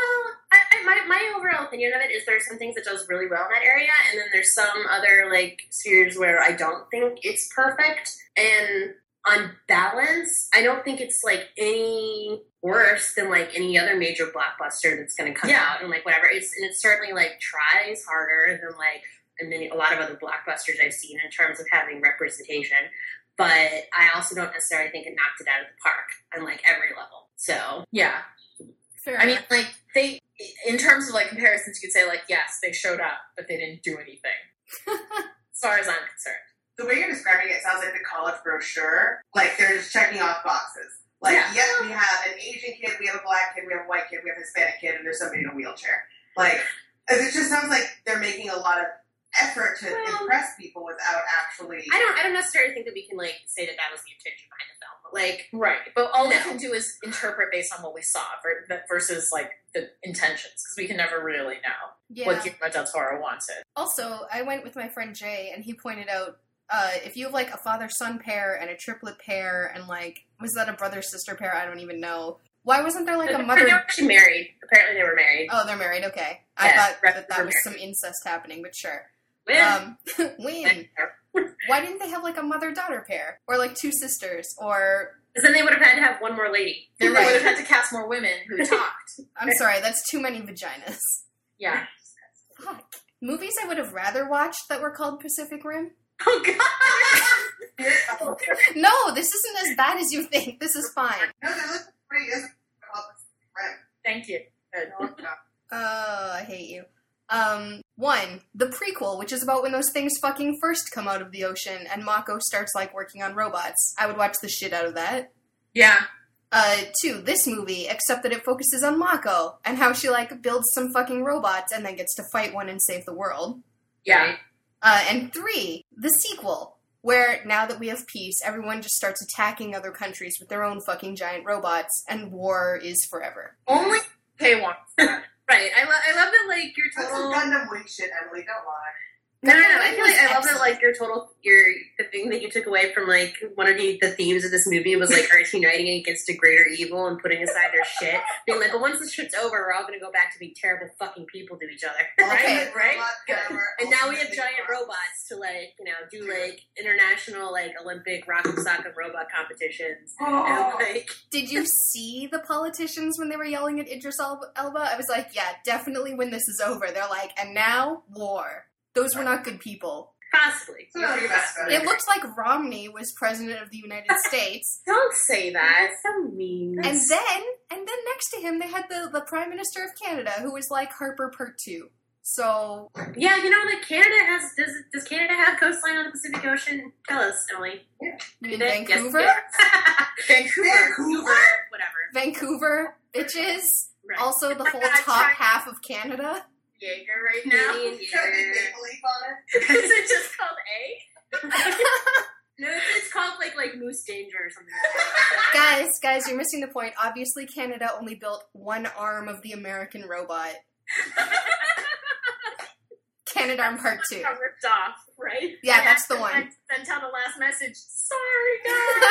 Speaker 3: I, I, my my overall opinion of it is there's some things that does really well in that area, and then there's some other like spheres where I don't think it's perfect. And on balance, I don't think it's like any worse than like any other major blockbuster that's going to come
Speaker 1: Yeah.
Speaker 3: out and like whatever. It's and it certainly like tries harder than like and then a lot of other blockbusters I've seen in terms of having representation. But I also don't necessarily think it knocked it out of the park on like every level. So
Speaker 1: Yeah,
Speaker 2: Fair
Speaker 1: I mean, like they, in terms of like comparisons, you could say like yes, they showed up, but they didn't do anything. as far as I'm concerned,
Speaker 4: the way you're describing it sounds like the college brochure. Like they're just checking off boxes. Like,
Speaker 3: Yeah.
Speaker 4: yes, we have an Asian kid, we have a black kid, we have a white kid, we have a Hispanic kid, and there's somebody in a wheelchair. Like, it just sounds like they're making a lot of effort to
Speaker 3: Well-
Speaker 4: impress people without actually.
Speaker 3: I don't. I don't necessarily think that we can like say that that was the intention behind the film, but like
Speaker 1: Right, but all we
Speaker 3: No.
Speaker 1: can do is interpret based on what we saw ver- that- versus like the intentions, because we can never really know
Speaker 2: Yeah.
Speaker 1: what Guillermo del Toro wanted.
Speaker 2: Also, I went with my friend Jay, and he pointed out uh, if you have like a father son pair and a triplet pair, and like, was that a brother sister pair? I don't even know. Why wasn't there like a
Speaker 3: They were
Speaker 2: mother?
Speaker 3: actually married. Apparently, they were married.
Speaker 2: Oh, they're married. Okay. I
Speaker 3: Yeah,
Speaker 2: thought that
Speaker 3: they're
Speaker 2: that was some incest happening, but sure.
Speaker 3: Well,
Speaker 2: Um, when? Why didn't they have like a mother daughter pair? Or like two sisters? Or,
Speaker 3: 'cause then they would have had to have one more lady.
Speaker 1: Then
Speaker 2: Right.
Speaker 1: they would have had to cast more women who talked.
Speaker 2: I'm sorry, that's too many vaginas.
Speaker 1: yeah.
Speaker 2: Fuck. Movies I would have rather watched that were called Pacific Rim?
Speaker 1: Oh God.
Speaker 4: no,
Speaker 2: No, this isn't as bad as you think. This is fine.
Speaker 4: there looks pretty. It's
Speaker 1: Thank you.
Speaker 2: Oh, I hate you. Um, one, the prequel, which is about when those things fucking first come out of the ocean and Mako starts like working on robots. I would watch the shit out of that.
Speaker 1: Yeah.
Speaker 2: Uh, two, this movie, except that it focuses on Mako and how she like builds some fucking robots and then gets to fight one and save the world.
Speaker 1: Yeah.
Speaker 3: Right.
Speaker 2: Uh, and three, the sequel, where now that we have peace, everyone just starts attacking other countries with their own fucking giant robots and war is forever.
Speaker 1: Only Kay wants that.
Speaker 3: Right. I, lo- I love that. Like your
Speaker 4: That's some
Speaker 3: total.
Speaker 4: Gundam Wing shit, Emily. Don't lie.
Speaker 3: No, no, no. I feel like I love that.
Speaker 2: Excellent.
Speaker 3: Like your total. Your the thing that you took away from like one of the, the themes of this movie was like Earth uniting against a greater evil and putting aside their shit. Being like, but once this shit's over, we're all going to go back to being terrible fucking people to each other.
Speaker 4: Ultimate
Speaker 3: right.
Speaker 4: robot
Speaker 3: Good.
Speaker 4: power,
Speaker 3: And now we have
Speaker 4: ultimately
Speaker 3: giant
Speaker 4: robot.
Speaker 3: robots to like, you know, do like international like Olympic rock and sock and robot competitions. And
Speaker 4: Oh,
Speaker 3: like
Speaker 2: Did you see the politicians when they were yelling at Idris Elba? Elba? I was like, yeah, definitely when this is over. They're like, and now war. Those were not good people.
Speaker 3: possibly.
Speaker 4: So now you're best friends.
Speaker 2: It looked like Romney was president of the United States.
Speaker 1: Don't say that.
Speaker 3: That's so mean.
Speaker 2: and then and then next to him they had the, the Prime Minister of Canada who was like Harper Part Two. So
Speaker 3: yeah, you know, like Canada has does does Canada have coastline on the Pacific Ocean? Tell us, Emily.
Speaker 2: you mean
Speaker 3: They- yes,
Speaker 2: Vancouver?
Speaker 3: yeah.
Speaker 1: Vancouver.
Speaker 4: Vancouver.
Speaker 3: Whatever.
Speaker 2: Vancouver, bitches.
Speaker 3: Right.
Speaker 2: Also the whole
Speaker 3: I'm not
Speaker 2: top
Speaker 3: trying-
Speaker 2: half of Canada.
Speaker 1: Jaeger right now.
Speaker 3: Canadian
Speaker 4: Try to get
Speaker 3: here.
Speaker 4: Maple Leaf on it.
Speaker 1: Is it just called A?
Speaker 3: No, it's, it's called like like Moose Danger or something like that.
Speaker 2: guys, guys, you're missing the point. Obviously Canada only built one arm of the American robot. Canada Arm Part Two.
Speaker 1: Got ripped off, right?
Speaker 2: Yeah,
Speaker 1: And
Speaker 2: that's the
Speaker 1: I
Speaker 2: one.
Speaker 1: sent out a last message. Sorry, guys.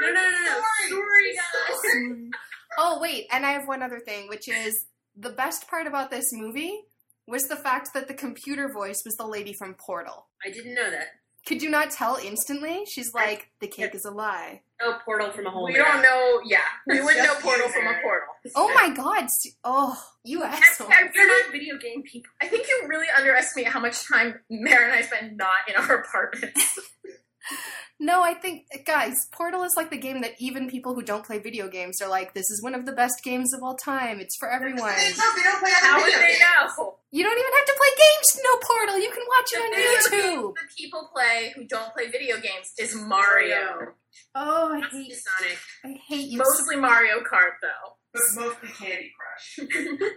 Speaker 3: no, no, no, no.
Speaker 4: Sorry.
Speaker 3: Sorry, guys.
Speaker 2: oh wait, and I have one other thing, which is the best part about this movie was the fact that the computer voice was the lady from Portal.
Speaker 3: I didn't know that.
Speaker 2: Could you not tell instantly? She's like, the cake is a lie.
Speaker 3: Oh, Portal from a hole.
Speaker 1: we
Speaker 3: in the
Speaker 1: don't
Speaker 3: ground.
Speaker 1: know. Yeah, we
Speaker 4: It's
Speaker 1: wouldn't know
Speaker 4: just
Speaker 1: portal
Speaker 4: user.
Speaker 1: from a portal.
Speaker 2: Oh my god! s- Oh, you asshole.
Speaker 1: I
Speaker 3: You're
Speaker 1: really,
Speaker 3: not video game people.
Speaker 1: I think you really underestimate how much time Mara and I spend not in our apartments.
Speaker 2: No, I think guys, Portal is like the game that even people who don't play video games are like, this is one of the best games of all time. It's for everyone.
Speaker 4: They don't- they don't play other
Speaker 1: How would
Speaker 4: video
Speaker 1: they
Speaker 4: games.
Speaker 1: know?
Speaker 2: You don't even have to play games to know Portal. You can watch it on YouTube.
Speaker 1: The people play who don't play video games is Mario.
Speaker 2: Oh, I
Speaker 3: Must be
Speaker 2: hate,
Speaker 3: Sonic.
Speaker 2: I hate you.
Speaker 1: Mostly Mario Kart, though.
Speaker 4: But mostly Candy Crush.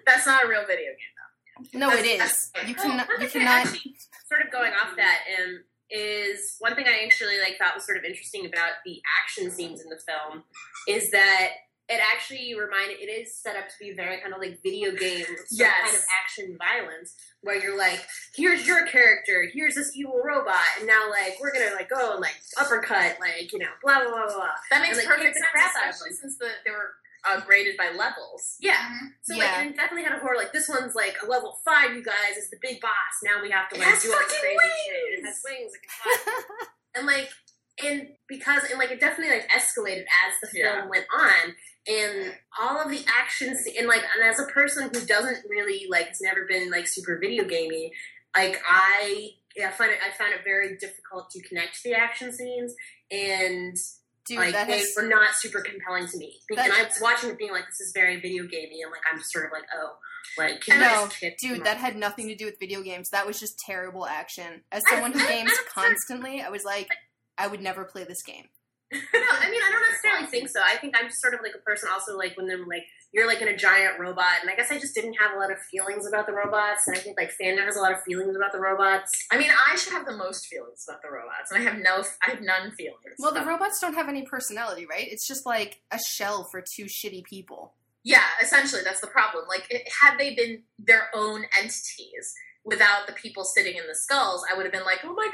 Speaker 1: That's not a real video game.
Speaker 2: No, it is.
Speaker 1: That's- that's-
Speaker 2: You
Speaker 3: Oh,
Speaker 2: cannot.
Speaker 3: one
Speaker 2: You
Speaker 3: thing I
Speaker 2: cannot.
Speaker 3: Actually, sort of going off that um, is one thing I actually like thought was sort of interesting about the action scenes in the film is that it actually reminded it is set up to be very kind of like video game some
Speaker 1: Yes.
Speaker 3: kind of action violence where you're like here's your character here's this evil robot and now like we're gonna like go and like uppercut like you know blah blah blah blah
Speaker 1: That makes
Speaker 3: Like,
Speaker 1: perfect
Speaker 3: it's a
Speaker 1: sense,
Speaker 3: crap out of
Speaker 1: especially since the, they were uh, graded by levels.
Speaker 3: yeah So
Speaker 2: Yeah.
Speaker 3: like, it definitely had a horror. Like this one's like a level five. You guys is the big boss. Now we have to
Speaker 1: It
Speaker 3: like
Speaker 1: has
Speaker 3: do all this
Speaker 1: fucking
Speaker 3: crazy
Speaker 1: wings!
Speaker 3: shit. It has wings. It can fly. and like, and because and like it definitely like escalated as the film
Speaker 1: Yeah.
Speaker 3: went on. And all of the action sce- and like, and as a person who doesn't really like has never been like super video gamey, like I yeah, I find it I found it very difficult to connect to the action scenes and
Speaker 2: Dude,
Speaker 3: like
Speaker 2: that
Speaker 3: they
Speaker 2: has.
Speaker 3: were not super compelling to me.
Speaker 2: That-
Speaker 3: and I was watching it being like, this is very video gamey, and like I'm just sort of like, oh, like can
Speaker 2: No,
Speaker 3: this kid-
Speaker 2: Dude, that had nothing to do with video games. That was just terrible action. As
Speaker 3: I-
Speaker 2: someone who
Speaker 3: I-
Speaker 2: games
Speaker 3: I'm sorry.
Speaker 2: constantly, I was like, I would never play this game.
Speaker 3: No, I mean, I don't necessarily think so. I think I'm just sort of like a person also like when they're like, you're like in a giant robot. And I guess I just didn't have a lot of feelings about the robots. And I think like fandom has a lot of feelings about the robots.
Speaker 1: I mean, I should have the most feelings about the robots, and I have no, I have none feelings.
Speaker 2: Well, the
Speaker 1: about-
Speaker 2: robots don't have any personality, right? It's just like a shell for two shitty people.
Speaker 1: yeah, essentially that's the problem. Like, it, had they been their own entities without the people sitting in the skulls, I would have been like, oh my god,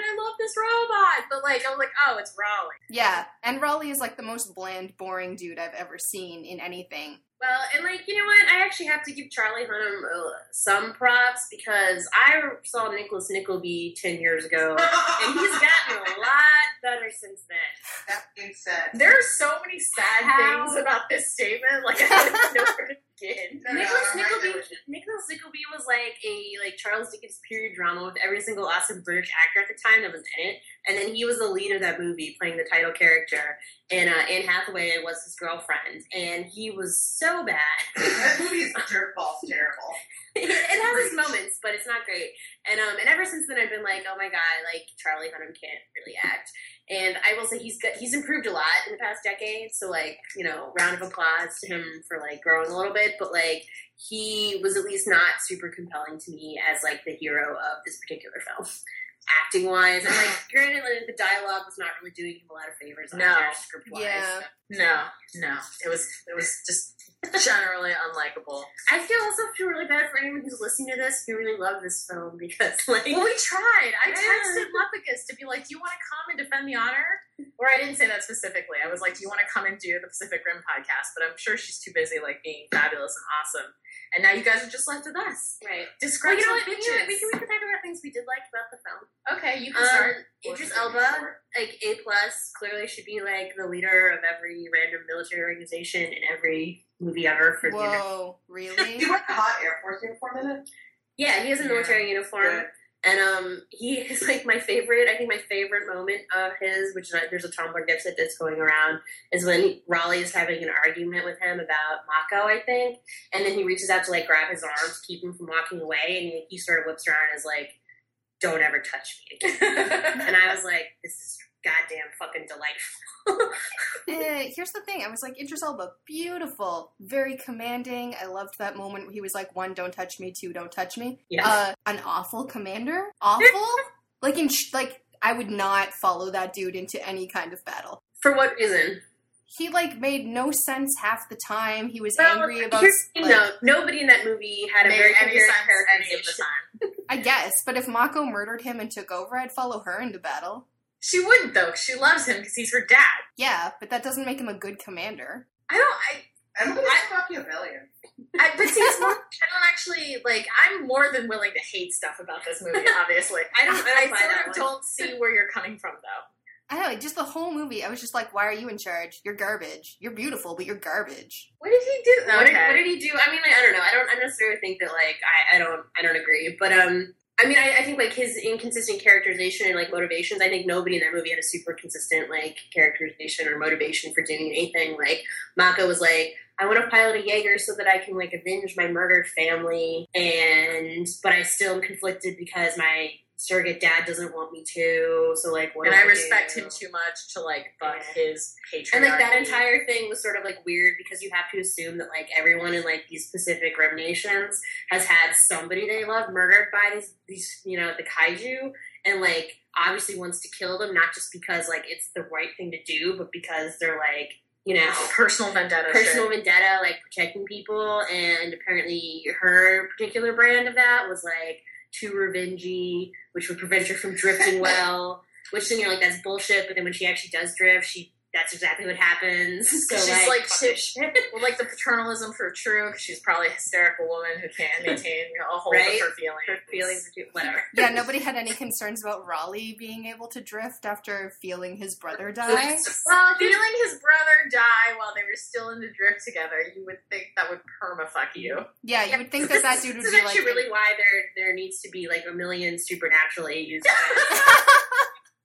Speaker 1: I love this robot. But like, I was like, oh, it's Raleigh.
Speaker 2: Yeah, and Raleigh is like the most bland, boring dude I've ever seen in anything.
Speaker 3: Well, and like you know what, I actually have to give Charlie Hunnam uh, some props because I saw Nicholas Nickleby ten years ago, and he's gotten a lot better since then.
Speaker 4: that being said,
Speaker 1: There are so many sad
Speaker 3: How-
Speaker 1: things about this statement. Like, I don't know where to begin.
Speaker 4: No, no,
Speaker 3: Nicholas
Speaker 4: I'm right there
Speaker 3: Nickleby,
Speaker 4: with you.
Speaker 3: Nicholas Nickleby was like a like Charles Dickens period drama with every single awesome British actor at the time that was in it, and then he was the lead of that movie, playing the title character, and uh, Anne Hathaway was his girlfriend, and he was so bad.
Speaker 4: that movie is dirtballs terrible.
Speaker 3: it has its moments, but it's not great. And um, and ever since then, I've been like, oh my god, like Charlie Hunnam can't really act. And I will say he's got, he's improved a lot in the past decade. So like, you know, round of applause to him for like growing a little bit. But like, he was at least not super compelling to me as like the hero of this particular film. Acting wise, and like granted, like, the dialogue was not really doing him a lot of favors.
Speaker 1: No.
Speaker 3: script wise.
Speaker 2: Yeah.
Speaker 1: No, no, it was, it was just generally unlikable.
Speaker 3: I feel also feel really bad for anyone who's listening to this who really loved this film because like
Speaker 1: Well, we tried. I
Speaker 3: Yeah.
Speaker 1: texted Lepicus to be like, "Do you want to come and defend the honor?" Or I didn't say that specifically. I was like, "Do you want to come and do the Pacific Rim podcast?" But I'm sure she's too busy like being fabulous and awesome. And now you guys are just left with us.
Speaker 3: right. Well,
Speaker 1: Describe
Speaker 3: you know
Speaker 1: some
Speaker 3: what? maybe
Speaker 1: bitches.
Speaker 3: we, can, we can talk about things we did like about the film.
Speaker 1: okay, you can
Speaker 3: Um,
Speaker 1: start.
Speaker 3: Idris
Speaker 1: Or-
Speaker 3: Elba, like A plus, clearly should be like the leader of every random military organization in every movie ever for the United-
Speaker 2: Whoa, really?
Speaker 4: You went hot Air Force uniform in it?
Speaker 3: Yeah, he has a
Speaker 1: Yeah.
Speaker 3: military uniform,
Speaker 4: Good.
Speaker 3: and um, he is like my favorite. I think my favorite moment of his, which is, like, there's a Tumblr gif that's going around, is when Raleigh is having an argument with him about Mako, I think, and then he reaches out to like grab his arm to keep him from walking away, and he, he sort of whips around and is like, "Don't ever touch me again." and I was like, this is goddamn fucking delightful.
Speaker 2: Eh, here's the thing. I was like, Idris Elba, beautiful, very commanding. I loved that moment where he was like, one, don't touch me, two, don't touch me.
Speaker 3: Yeah.
Speaker 2: Uh, an awful commander? Awful? like, in sh- like, I would not follow that dude into any kind of battle.
Speaker 3: For what reason?
Speaker 2: He, like, made no sense half the time. He was angry about,
Speaker 3: here's the
Speaker 2: like,
Speaker 3: thing, though. nobody in that movie had a
Speaker 1: Made
Speaker 3: very
Speaker 1: any
Speaker 3: coherent
Speaker 1: sense any of the
Speaker 3: characterization.
Speaker 1: time.
Speaker 2: I guess. But if Mako murdered him and took over, I'd follow her into battle.
Speaker 1: She wouldn't though. 'cause She loves him because he's her dad.
Speaker 2: Yeah, but that doesn't make him a good commander.
Speaker 1: I don't. I
Speaker 4: Emily's Machiavellian.
Speaker 1: I, but see, it's more, I don't actually like. I'm more than willing to hate stuff about this movie. Obviously, I don't.
Speaker 3: I
Speaker 1: I,
Speaker 3: don't buy
Speaker 1: sort
Speaker 3: that
Speaker 1: of
Speaker 3: one.
Speaker 1: don't see where you're coming from, though.
Speaker 2: I don't know, just the whole movie, I was just like, why are you in charge? You're garbage. You're beautiful, but you're garbage.
Speaker 1: What did he do?
Speaker 3: What, did, what did he do? I mean, like, I don't know. I don't. I don't necessarily think that. Like, I, I don't. I don't agree. But um, I mean, I, I think like his inconsistent characterization and like motivations. I think nobody in that movie had a super consistent like characterization or motivation for doing anything. Like Mako was like, I want to pilot a Jaeger so that I can like avenge my murdered family, and but I still am conflicted because my surrogate dad doesn't want me to. So like, what
Speaker 1: and
Speaker 3: do
Speaker 1: I respect
Speaker 3: do?
Speaker 1: him too much to like buck his patriarchy.
Speaker 3: And like that entire thing was sort of like weird because you have to assume that like everyone in like these Pacific Rim nations has had somebody they love murdered by these, these you know the kaiju and like obviously wants to kill them not just because like it's the right thing to do but because they're like you know
Speaker 1: personal vendetta.
Speaker 3: personal
Speaker 1: shit.
Speaker 3: vendetta like protecting people and apparently her particular brand of that was like too revengey which would prevent her from drifting well which then you're like that's bullshit but then when she actually does drift she that's exactly what happens so
Speaker 1: She's like,
Speaker 3: fuck
Speaker 1: shit.
Speaker 3: this shit.
Speaker 1: Well, like the paternalism for True, 'cause she's probably a hysterical woman who can't maintain a hold
Speaker 3: Right?
Speaker 1: of her feelings.
Speaker 3: her feelings are too whatever
Speaker 2: Yeah, nobody had any concerns about Raleigh being able to drift after feeling his brother die.
Speaker 1: Well, feeling his brother die while they were still in the drift together, you would think that would permafuck you.
Speaker 2: Yeah, you would think that that dude would
Speaker 3: this is
Speaker 2: be like,
Speaker 3: actually really why there there needs to be like a million supernatural AUs.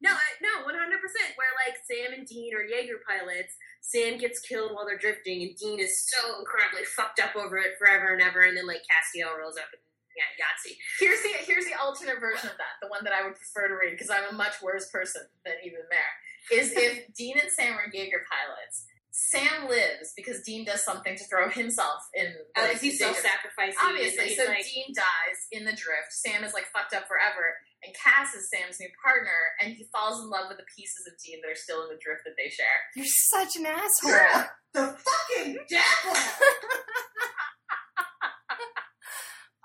Speaker 3: no, I- no, one hundred percent. Where like Sam and Dean are Jaeger pilots. Sam gets killed while they're drifting, and Dean is so incredibly fucked up over it forever and ever. And then like Castiel rolls up and yeah, Yahtzee.
Speaker 1: Here's the here's the alternate version of that, the one that I would prefer to read because I'm a much worse person than even there. is if Dean and Sam are Jaeger pilots. Sam lives because Dean does something to throw himself in.
Speaker 3: Oh,
Speaker 1: like,
Speaker 3: like he's
Speaker 1: danger.
Speaker 3: self-sacrificing. and
Speaker 1: Obviously,
Speaker 3: he's
Speaker 1: so
Speaker 3: like,
Speaker 1: Dean dies in the drift. Sam is like fucked up forever, and Cass is Sam's new partner, and he falls in love with the pieces of Dean that are still in the drift that they share.
Speaker 2: You're such an asshole.
Speaker 4: Yeah. The fucking devil.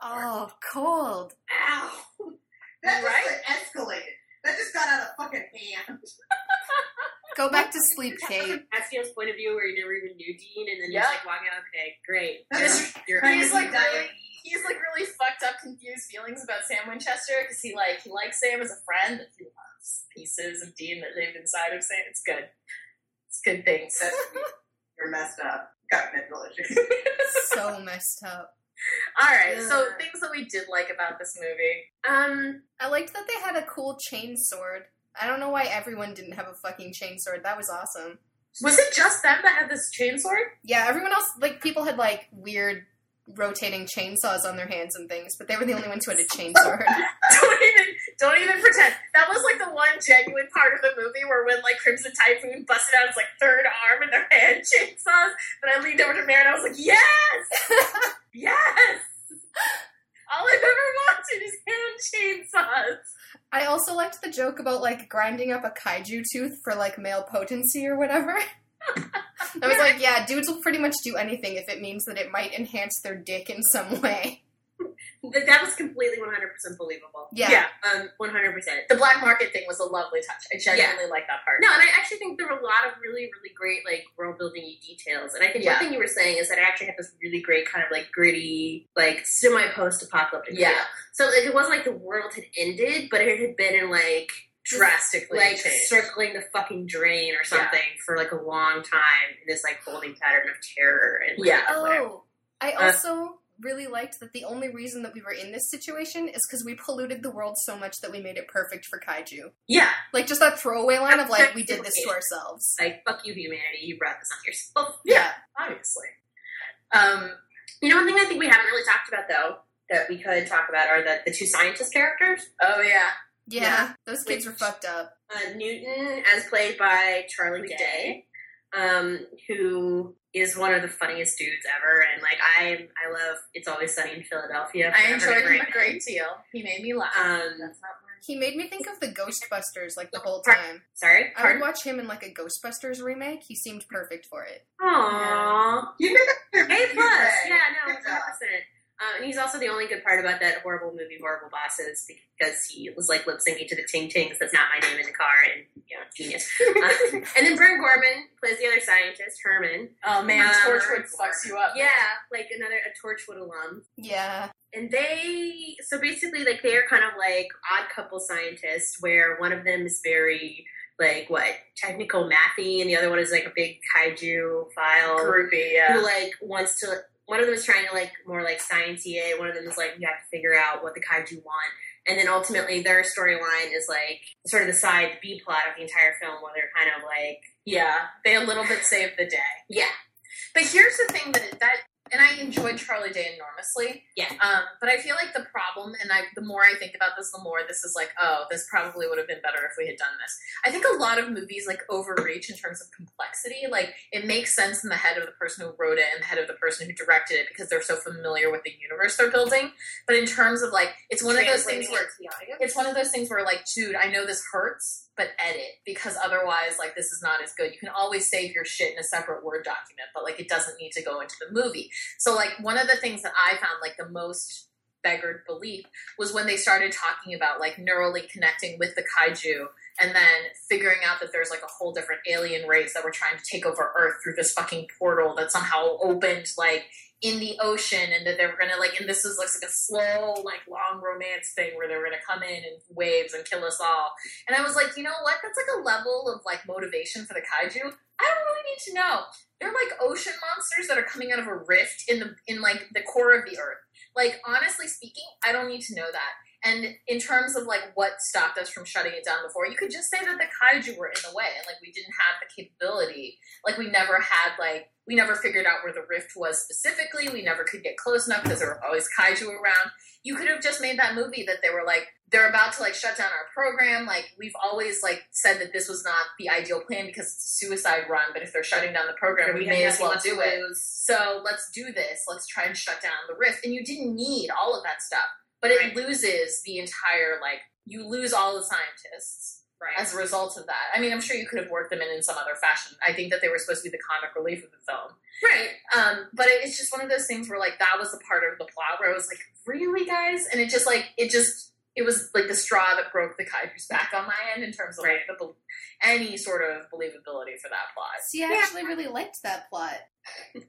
Speaker 2: Oh, cold.
Speaker 3: ow.
Speaker 4: That just
Speaker 1: Right?
Speaker 4: like, escalated. That just got out of fucking hand.
Speaker 2: Go back to sleep, Kate.
Speaker 3: Cassiel's point of view where he never even knew Dean, and then
Speaker 1: Yeah.
Speaker 3: he's like walking out. Okay, great.
Speaker 4: That's-
Speaker 3: You're, you're
Speaker 1: He's like
Speaker 4: Diane.
Speaker 1: really, he's like really fucked up, confused feelings about Sam Winchester because he like he likes Sam as a friend, but he loves pieces of Dean that live inside of Sam. It's good. It's good things.
Speaker 4: That's, you're messed up. Got mental issues.
Speaker 2: so messed up.
Speaker 1: All right, so
Speaker 3: Yeah.
Speaker 1: things that we did like about this movie. Um,
Speaker 2: I liked that they had a cool chain sword. I don't know why everyone didn't have a fucking chain sword. That was awesome.
Speaker 1: was it just them that had this chainsword?
Speaker 2: Yeah, everyone else, like, people had, like, weird rotating chainsaws on their hands and things, but they were the only ones who had a chain sword.
Speaker 1: Don't even, don't even pretend. That was like the one genuine part of the movie where when like Crimson Typhoon busted out his like third arm and their hand chainsaws, and I leaned over to Mare and I was like, yes, yes. All I've ever wanted is hand chainsaws.
Speaker 2: I also liked the joke about, like, grinding up a kaiju tooth for, like, male potency or whatever. I was like, yeah, dudes will pretty much do anything if it means that it might enhance their dick in some way.
Speaker 3: Like, that was completely 100% believable.
Speaker 2: Yeah.
Speaker 3: Um, 100%.
Speaker 1: the black market thing was a lovely touch. I genuinely like that part.
Speaker 3: No, and I actually think there were a lot of really, really great like world building details. And I think
Speaker 1: Yeah.
Speaker 3: one thing you were saying is that it actually had this really great kind of like gritty, like semi post apocalyptic.
Speaker 1: Yeah.
Speaker 3: So like it wasn't like the world had ended, but it had been in like
Speaker 1: Drastically
Speaker 3: like
Speaker 1: changed.
Speaker 3: circling the fucking drain or something for like a long time in this like holding pattern of terror and like,
Speaker 1: Yeah.
Speaker 3: whatever.
Speaker 2: Oh, I
Speaker 3: Uh,
Speaker 2: also really liked that the only reason that we were in this situation is because we polluted the world so much that we made it perfect for kaiju.
Speaker 3: yeah.
Speaker 2: Like just that throwaway line of like, we did this to ourselves.
Speaker 3: Like fuck you, humanity. You brought this on yourself.
Speaker 1: yeah, obviously. Um,
Speaker 3: You know, one thing I think we haven't really talked about though that we could talk about are the, the two scientist characters.
Speaker 1: oh yeah,
Speaker 2: Yeah, those kids were fucked up.
Speaker 3: uh, Newton, as played by Charlie Day, um, who is one of the funniest dudes ever. And like I, I love It's Always Sunny in Philadelphia.
Speaker 1: I
Speaker 3: forever
Speaker 1: enjoyed
Speaker 3: and
Speaker 1: him
Speaker 3: ever.
Speaker 1: a great deal. He made me laugh.
Speaker 3: Um,
Speaker 1: That's not mine.
Speaker 2: He made me think of the Ghostbusters like the whole time.
Speaker 3: sorry.
Speaker 2: I would watch him in like a Ghostbusters remake. He seemed perfect for it.
Speaker 3: Aww.
Speaker 4: You did that.
Speaker 3: A plus. Yeah, no,
Speaker 4: Good
Speaker 3: hundred
Speaker 4: job.
Speaker 3: percent. Um, and he's also the only good part about that horrible movie, Horrible Bosses, because he was like lip syncing to the Ting Tings. That's not my name in the car, and you know, genius. Uh, and then Bern Gorman plays the other scientist, Herman.
Speaker 1: Oh man,
Speaker 3: Uh,
Speaker 1: Torchwood fucks you up.
Speaker 3: Yeah, like another a Torchwood alum.
Speaker 2: Yeah.
Speaker 3: and they so basically like they're kind of like odd couple scientists where one of them is very like what technical mathy and the other one is like a big kaiju file
Speaker 1: groupie. Yeah.
Speaker 3: who like wants to one of them is trying to like more like sciencey it one of them is like you have to figure out what the kaiju want and then ultimately their storyline is like sort of the side b plot of the entire film where they're kind of like
Speaker 1: Yeah, they a little bit saved the day.
Speaker 3: yeah
Speaker 1: But here's the thing that that and I enjoyed Charlie Day enormously.
Speaker 3: Yeah.
Speaker 1: Um, but I feel like the problem, and I the more I think about this, the more this is like, oh, this probably would have been better if we had done this. I think a lot of movies like overreach in terms of complexity. Like it makes sense in the head of the person who wrote it and the head of the person who directed it because they're so familiar with the universe they're building. But in terms of like, it's one of those things
Speaker 3: Translating
Speaker 1: where
Speaker 3: it to the audience.
Speaker 1: it's one of those things where like dude i know this hurts but edit because otherwise like this is not as good you can always save your shit in a separate word document but like it doesn't need to go into the movie so like one of the things that i found like the most beggared belief was when they started talking about like neurally connecting with the kaiju and then figuring out that there's like a whole different alien race that were trying to take over earth through this fucking portal that somehow opened like in the ocean and that they were gonna like and this was like, a slow like long romance thing where they were gonna come in in waves and kill us all and i was like you know what that's like a level of like motivation for the kaiju i don't really need to know they're like ocean monsters that are coming out of a rift in the in like the core of the earth like honestly speaking i don't need to know that And in terms of like what stopped us from shutting it down before, you could just say that the kaiju were in the way and like we didn't have the capability. Like we never had like we never figured out where the rift was specifically. We never could get close enough because there were always kaiju around. You could have just made that movie that they were like they're about to like shut down our program. Like we've always like said that this was not the ideal plan because it's a suicide run. But if they're shutting down the program, we,
Speaker 3: have
Speaker 1: may as
Speaker 3: nothing
Speaker 1: well
Speaker 3: left
Speaker 1: do
Speaker 3: to
Speaker 1: it
Speaker 3: lose.
Speaker 1: so let's do this let's try and shut down the rift and you didn't need all of that stuff but it
Speaker 3: Right.
Speaker 1: loses the entire like you lose all the scientists
Speaker 3: Right.
Speaker 1: as a result of that i mean i'm sure you could have worked them in in some other fashion i think that they were supposed to be the comic relief of the film
Speaker 3: right.
Speaker 1: um, but it- it's just one of those things where like that was the part of the plot where i was like really guys and it just like it just it was like the straw that broke the kaiju's back on my end in terms of like the bel any sort of believability for that plot
Speaker 2: See, I
Speaker 3: Yeah.
Speaker 2: actually really liked that plot.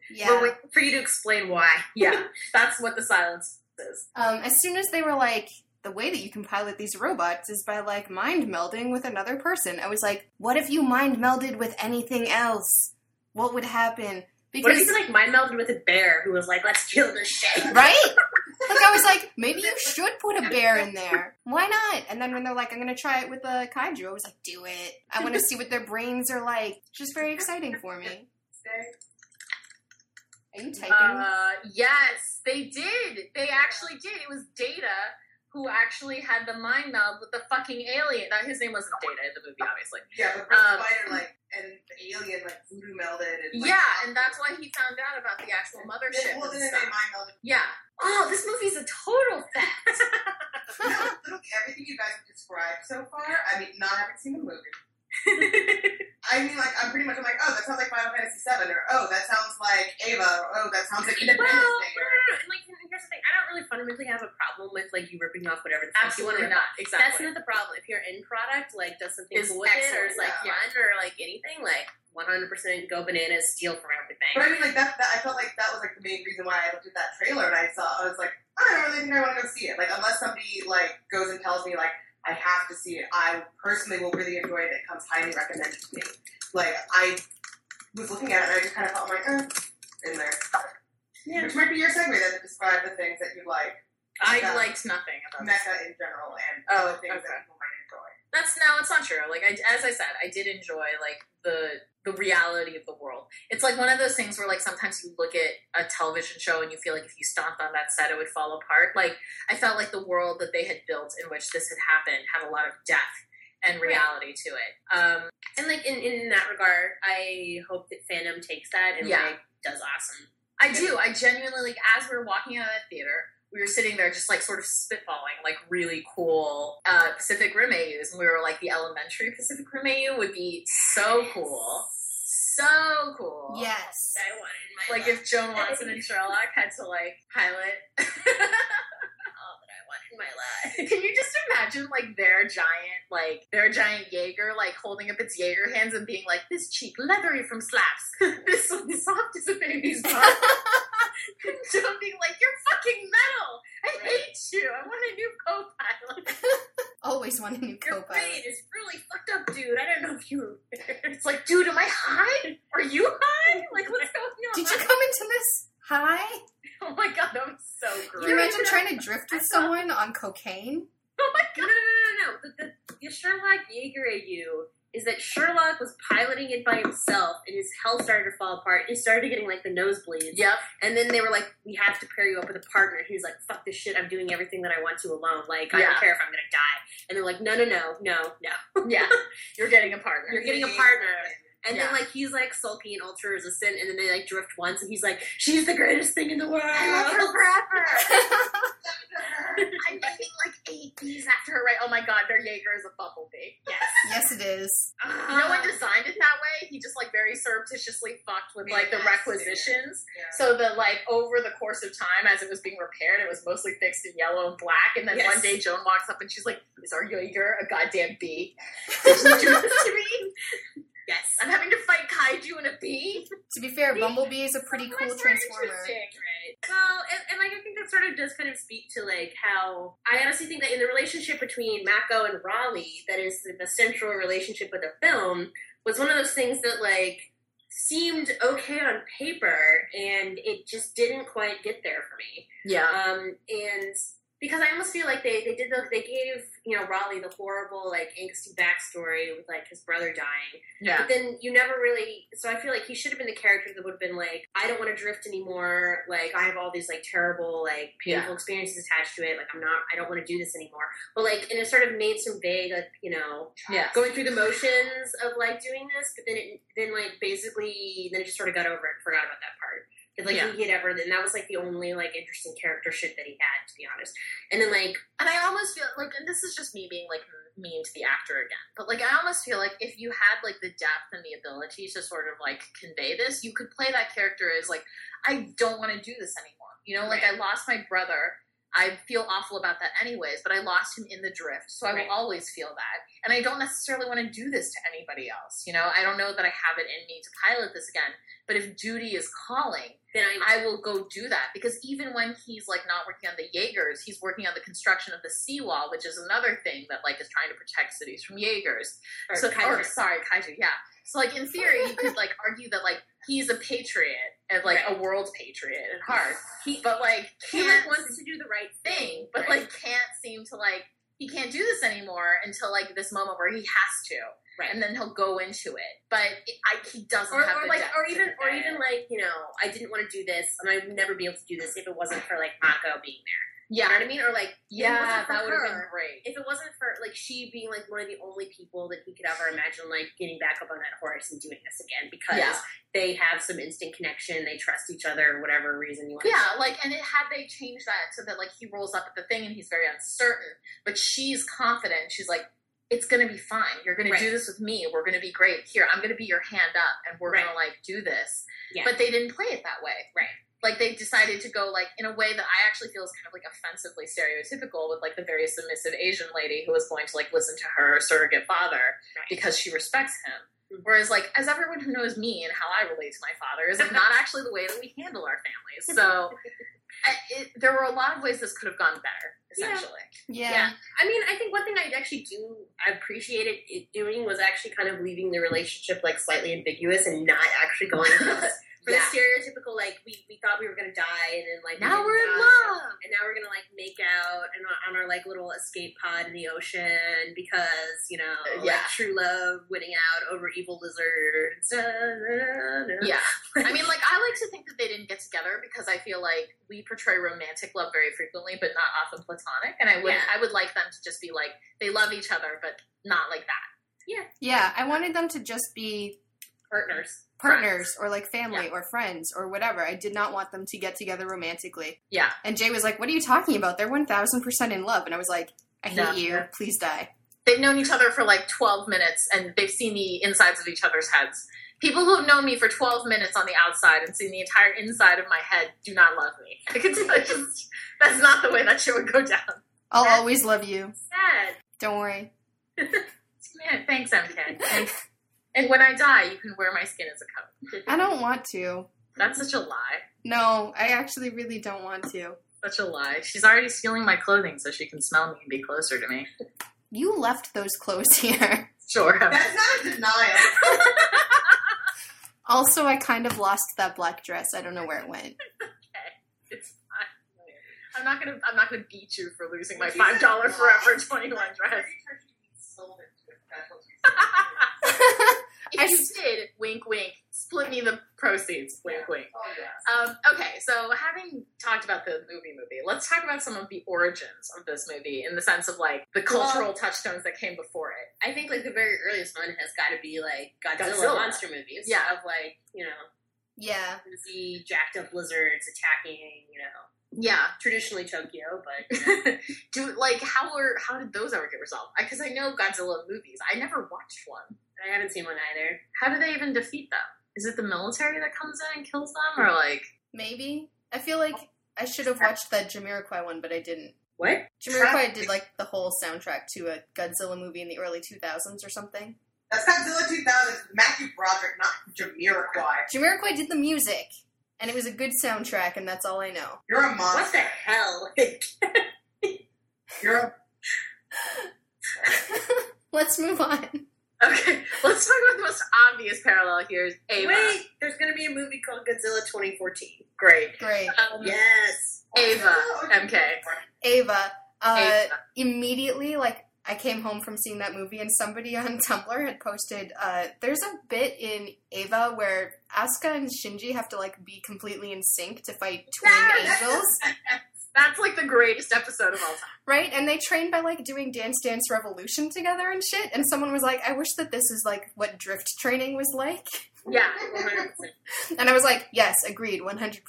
Speaker 2: Yeah.
Speaker 3: We're waiting for you to explain why.
Speaker 1: yeah that's what the silence is
Speaker 2: Um, as soon as they were like, the way that you can pilot these robots is by like mind melding with another person, I was like, what if you mind melded with anything else? What would happen?
Speaker 3: What if
Speaker 2: Because
Speaker 3: you like mind melded with a bear who was like, "Let's kill this shit"?
Speaker 2: right? Like I was like, maybe you should put a bear in there. Why not? And then when they're like, I'm gonna try it with a kaiju, I was like, do it. I want to see what their brains are like. It's Just very exciting for me. Are you typing?
Speaker 1: Uh, yes, they did. They actually did. It was Data who actually had the mind meld with the fucking alien. Now, his name wasn't Data in the movie, obviously.
Speaker 4: Yeah, but Prince
Speaker 1: Um,
Speaker 4: Spider like and the alien like voodoo melded and like,
Speaker 1: Yeah, and that's why he found out about the actual mothership
Speaker 4: Well, then
Speaker 1: and
Speaker 4: they mind
Speaker 1: stuff.
Speaker 4: melded.
Speaker 1: Yeah. Oh, this movie's a total fact.
Speaker 4: You know, look, everything you guys have described so far. I mean, not having seen the movie. I mean, like I'm pretty much I'm like, oh, that sounds like Final Fantasy VII, or oh, that sounds like Ava, or oh, that sounds like
Speaker 3: Well,
Speaker 4: Independence
Speaker 3: no,
Speaker 4: Day,
Speaker 3: no,
Speaker 4: or
Speaker 3: no, no. And, like, here's the thing: I don't really fundamentally have a problem with like you ripping off whatever. The fuck
Speaker 1: Absolutely
Speaker 3: you want to
Speaker 1: not.
Speaker 3: That's
Speaker 1: Exactly.
Speaker 3: not the problem. If your end product like does something
Speaker 1: Is
Speaker 3: cool with it, or
Speaker 1: excellent,
Speaker 3: is like
Speaker 1: yeah.
Speaker 3: fun, or like anything, like 100 percent go bananas, steal from everything.
Speaker 4: But I mean, like that, that. I felt like that was like the main reason why I looked at that trailer and I saw. I was like, I don't really think I want to go see it. Like, unless somebody like goes and tells me like I have to see it, I personally will really enjoy it. It comes highly recommended to me. Like I was looking at it and I just kind of felt like, eh, in there.
Speaker 3: Yeah.
Speaker 4: Which might be your segue then to describe the things that you like,
Speaker 1: I
Speaker 4: Yeah.
Speaker 1: liked nothing about this.
Speaker 4: mecha in general, and
Speaker 1: Oh,
Speaker 4: the things
Speaker 1: okay.
Speaker 4: that people might enjoy.
Speaker 1: That's no, it's not true. Like I, as I said, I did enjoy like the the reality of the world. It's like one of those things where like sometimes you look at a television show and you feel like if you stomped on that set it would fall apart. Like I felt like the world that they had built in which this had happened had a lot of depth and
Speaker 3: Right.
Speaker 1: reality to it. Um,
Speaker 3: And like in, in that regard, I hope that fandom takes that and
Speaker 1: Yeah.
Speaker 3: like does awesome.
Speaker 1: I do. I genuinely like as we were walking out of that theater, we were sitting there just like sort of spitballing like really cool uh, Pacific Rim AUs, and we were like the elementary Pacific Rim AU would be so cool, so cool.
Speaker 2: yes.
Speaker 3: I wanted my
Speaker 1: Like if Joan Watson and Sherlock had to like pilot.
Speaker 3: all that I wanted in my life.
Speaker 1: Can you just imagine like their giant like their giant Jaeger like holding up its Jaeger hands and being like this cheap leathery from slaps this one is soft as a baby's bum and Joan being like you're fucking metal I hate you I want a new co-pilot
Speaker 2: Always want a new
Speaker 3: Your
Speaker 2: co-pilot.
Speaker 3: brain is really fucked up, dude. I don't know if you were there.
Speaker 1: it's like dude am I high are you high like what's going on
Speaker 2: Did you come into this high?
Speaker 1: oh my god that was so
Speaker 2: Can you
Speaker 1: gross
Speaker 2: imagine trying to drift with someone on cocaine?
Speaker 1: oh my
Speaker 3: No, no, no, no, no. The, the, the Sherlock Jaeger AU is that Sherlock was piloting it by himself, and his health started to fall apart. He started getting like the nosebleeds,
Speaker 1: yep
Speaker 3: and then they were like, "We have to pair you up with a partner." He's like, "Fuck this shit! I'm doing everything that I want to alone. Like, I
Speaker 1: Yeah.
Speaker 3: don't care if I'm gonna die." And they're like, "No, no, no, no, no.
Speaker 1: yeah you're getting a partner
Speaker 3: You're getting a partner." And
Speaker 1: Yeah.
Speaker 3: then like he's like sulky and ultra resistant, and then they like drift once, and he's like, "She's the greatest thing in the world."
Speaker 1: I love her forever. I'm dating like eight bees after her, right? Oh my god, their Jaeger is a bumblebee. Yes.
Speaker 2: Yes, it is.
Speaker 1: no one designed it that way. He just like very surreptitiously fucked with like the
Speaker 4: Yes,
Speaker 1: requisitions.
Speaker 4: Yeah.
Speaker 1: So that like over the course of time, as it was being repaired, it was mostly fixed in yellow and black. And then
Speaker 3: Yes.
Speaker 1: one day Joan walks up and she's like, Is our Jaeger a goddamn bee? Did you do this to me?
Speaker 3: Yes.
Speaker 1: I'm having to fight kaiju and a bee.
Speaker 2: To be fair,
Speaker 1: See?
Speaker 2: Bumblebee is a pretty
Speaker 1: So much
Speaker 2: cool
Speaker 1: more
Speaker 2: transformer.
Speaker 1: interesting.
Speaker 3: Right. Well, and, and like I think that sort of does kind of speak to like how I honestly think that in the relationship between Mako and Raleigh, that is the, the central relationship of the film, was one of those things that like seemed okay on paper, and it just didn't quite get there for me.
Speaker 1: Yeah.
Speaker 3: Um, and because I almost feel like they they did the, they gave you know Raleigh the horrible like angsty backstory with like his brother dying,
Speaker 1: Yeah.
Speaker 3: but then you never really. So I feel like he should have been the character that would have been like, I don't want to drift anymore. Like I have all these like terrible like painful experiences attached to it. Like I'm not. I don't want to do this anymore. But like, and it sort of made some vague like you know
Speaker 1: Yeah.
Speaker 3: going through the motions of like doing this, but then it then like basically then it just sort of got over it, and forgot about that part. It's like
Speaker 1: Yeah.
Speaker 3: he had ever, and that was like the only like interesting character shit that he had, to be honest. And then like
Speaker 1: And I almost feel like, and this is just me being like mean to the actor again, but like I almost feel like if you had like the depth and the ability to sort of like convey this, you could play that character as like, I don't want to do this anymore. You know, like I lost my brother. I feel awful about that anyways, but I lost him in the drift, so I
Speaker 3: Right.
Speaker 1: will always feel that. And I don't necessarily want to do this to anybody else. You know, I don't know that I have it in me to pilot this again, but if duty is calling,
Speaker 3: then I,
Speaker 1: I will go do that because even when he's like not working on the Jaegers, he's working on the construction of the seawall, which is another thing that like is trying to protect cities from Jaegers.
Speaker 3: or
Speaker 1: so,
Speaker 3: kind
Speaker 1: or,
Speaker 3: of-
Speaker 1: sorry, kaiju. Yeah. So like in theory, you could like argue that like he's a patriot and like a world patriot at heart,
Speaker 3: he
Speaker 1: but like
Speaker 3: he
Speaker 1: can't
Speaker 3: like wants to do the right
Speaker 1: thing, but
Speaker 3: right?
Speaker 1: like can't seem to like he can't do this anymore until like this moment where he has to,
Speaker 3: Right.
Speaker 1: and then he'll go into it. But it, I, he doesn't
Speaker 3: or,
Speaker 1: have
Speaker 3: or
Speaker 1: the
Speaker 3: like
Speaker 1: depth
Speaker 3: or
Speaker 1: to
Speaker 3: even or
Speaker 1: convey it.
Speaker 3: even like you know I didn't want to do this, and I would never be able to do this if it wasn't for like Mako being there.
Speaker 1: yeah,
Speaker 3: You know what I mean? Or like
Speaker 1: yeah,
Speaker 3: if it wasn't for
Speaker 1: that would have been
Speaker 3: her,
Speaker 1: great.
Speaker 3: If it wasn't for like she being like one of the only people that he could ever imagine like getting back up on that horse and doing this again because
Speaker 1: Yeah.
Speaker 3: they have some instant connection, they trust each other, whatever reason you want.
Speaker 1: Yeah, like, and it, had they changed that so that like he rolls up at the thing and he's very uncertain, but she's confident. She's like, "It's gonna be fine. You're gonna
Speaker 3: Right.
Speaker 1: do this with me. We're gonna be great. Here, I'm gonna be your hand up, and we're
Speaker 3: Right.
Speaker 1: gonna like do this."
Speaker 3: Yeah.
Speaker 1: But they didn't play it that way.
Speaker 3: Right.
Speaker 1: Like they decided to go like in a way that I actually feel is kind of like offensively stereotypical with like the very submissive Asian lady who is going to like listen to her surrogate father
Speaker 3: Right.
Speaker 1: because she respects him.
Speaker 3: Mhm.
Speaker 1: Whereas, like, as everyone who knows me and how I relate to my father is like, not actually the way that we handle our families. So, I- it, there were a lot of ways this could have gone better,
Speaker 3: Yeah.
Speaker 1: essentially.
Speaker 2: Yeah.
Speaker 3: Yeah. I mean, I think one thing I actually do I appreciated it doing was actually kind of leaving the relationship like slightly ambiguous and not actually going for the- for
Speaker 1: Yeah.
Speaker 3: the stereotypical like we, we thought we were gonna die and then like we
Speaker 1: Now
Speaker 3: didn't
Speaker 1: we're in
Speaker 3: die.
Speaker 1: love.
Speaker 3: and now we're gonna like make out and on- on our like little escape pod in the ocean because you know like,
Speaker 1: Yeah.
Speaker 3: true love winning out over evil lizards. Da, da, da, da.
Speaker 1: Yeah. I mean, like, I like to think that they didn't get together because I feel like we portray romantic love very frequently, but not often platonic. And I would,
Speaker 3: Yeah.
Speaker 1: I would like them to just be like, they love each other, but not like that.
Speaker 2: Yeah, I wanted them to just be
Speaker 3: partners.
Speaker 2: partners or like family or friends or whatever. I did not want them to get together romantically.
Speaker 1: Yeah.
Speaker 2: And Jay was like, What are you talking about? They're 1000% in love. And I was like, I hate
Speaker 1: No.
Speaker 2: you. Please die.
Speaker 1: They've known each other for like 12 minutes and they've seen the insides of each other's heads. People who have known me for 12 minutes on the outside and seen the entire inside of my head do not love me. I can tell just, that's not the way that shit would go down.
Speaker 2: I'll
Speaker 3: That-
Speaker 2: always love you.
Speaker 3: Sad.
Speaker 2: Don't worry.
Speaker 1: Man, thanks, MK. And, and when I die, you can wear my skin as a coat.
Speaker 2: I don't want to.
Speaker 1: That's such a lie.
Speaker 2: No, I actually really don't want to.
Speaker 1: Such a lie. She's already stealing my clothing so she can smell me and be closer to me.
Speaker 2: You left those clothes here.
Speaker 1: Sure.
Speaker 4: That's not a denial.
Speaker 2: Also, I kind of lost that black dress. I don't know where it went.
Speaker 1: It's fine. I'm not gonna. I'm not gonna beat you for losing my
Speaker 4: She said
Speaker 1: five dollar
Speaker 4: no.
Speaker 1: forever twenty one
Speaker 4: I'm
Speaker 1: dress.
Speaker 4: pretty sure she sold it to a specialty store.
Speaker 1: If
Speaker 2: I
Speaker 1: you
Speaker 2: s-
Speaker 1: did, wink, wink. Split me the proceeds, wink, wink.
Speaker 4: Oh, yeah.
Speaker 1: Um, okay, so having talked about the movie, movie, let's talk about some of the origins of this movie in the sense of like the cultural touchstones that came before it.
Speaker 3: I think like the very earliest one has got to be like Godzilla,
Speaker 1: Godzilla.
Speaker 3: monster movies.
Speaker 1: Yeah.
Speaker 3: of like you know
Speaker 2: Yeah.
Speaker 3: the jacked up lizards attacking you know
Speaker 1: Yeah,
Speaker 3: traditionally Tokyo, but
Speaker 1: do like how were how did those ever get resolved? Because I know Godzilla movies. I never watched one.
Speaker 3: I haven't seen one either.
Speaker 1: How do they even defeat them? Is it the military that comes in and kills them, or like
Speaker 2: Maybe. I feel like I should have watched that Jamiroquai one, but I didn't.
Speaker 3: What?
Speaker 2: Jamiroquai did like the whole soundtrack to a Godzilla movie in the early 2000s or something.
Speaker 4: That's Godzilla 2000. Matthew Broderick, not Jamiroquai.
Speaker 2: Jamiroquai did the music, and it was a good soundtrack, and that's all I know.
Speaker 4: You're a
Speaker 3: What the
Speaker 4: monster.
Speaker 3: hell?
Speaker 4: You're a
Speaker 2: Let's move on.
Speaker 1: okay? Let's talk about the most obvious parallel here. Is Ava?
Speaker 3: Wait, there's going to be a movie called Godzilla 2014.
Speaker 1: Great.
Speaker 2: Great.
Speaker 1: Um,
Speaker 3: Yes.
Speaker 1: Ava, MK.
Speaker 2: Ava, uh,
Speaker 1: Ava.
Speaker 2: immediately like I came home from seeing that movie and somebody on Tumblr had posted uh, there's a bit in Ava where Asuka and Shinji have to like be completely in sync to fight twin
Speaker 3: Yes!
Speaker 2: angels,
Speaker 1: Ah, That's like the greatest episode of all time.
Speaker 2: right? And they train by like doing Dance Dance Revolution together and shit. And someone was like, I wish that this is like what drift training was like.
Speaker 1: Yeah.
Speaker 2: And I was like, yes, agreed, 100%.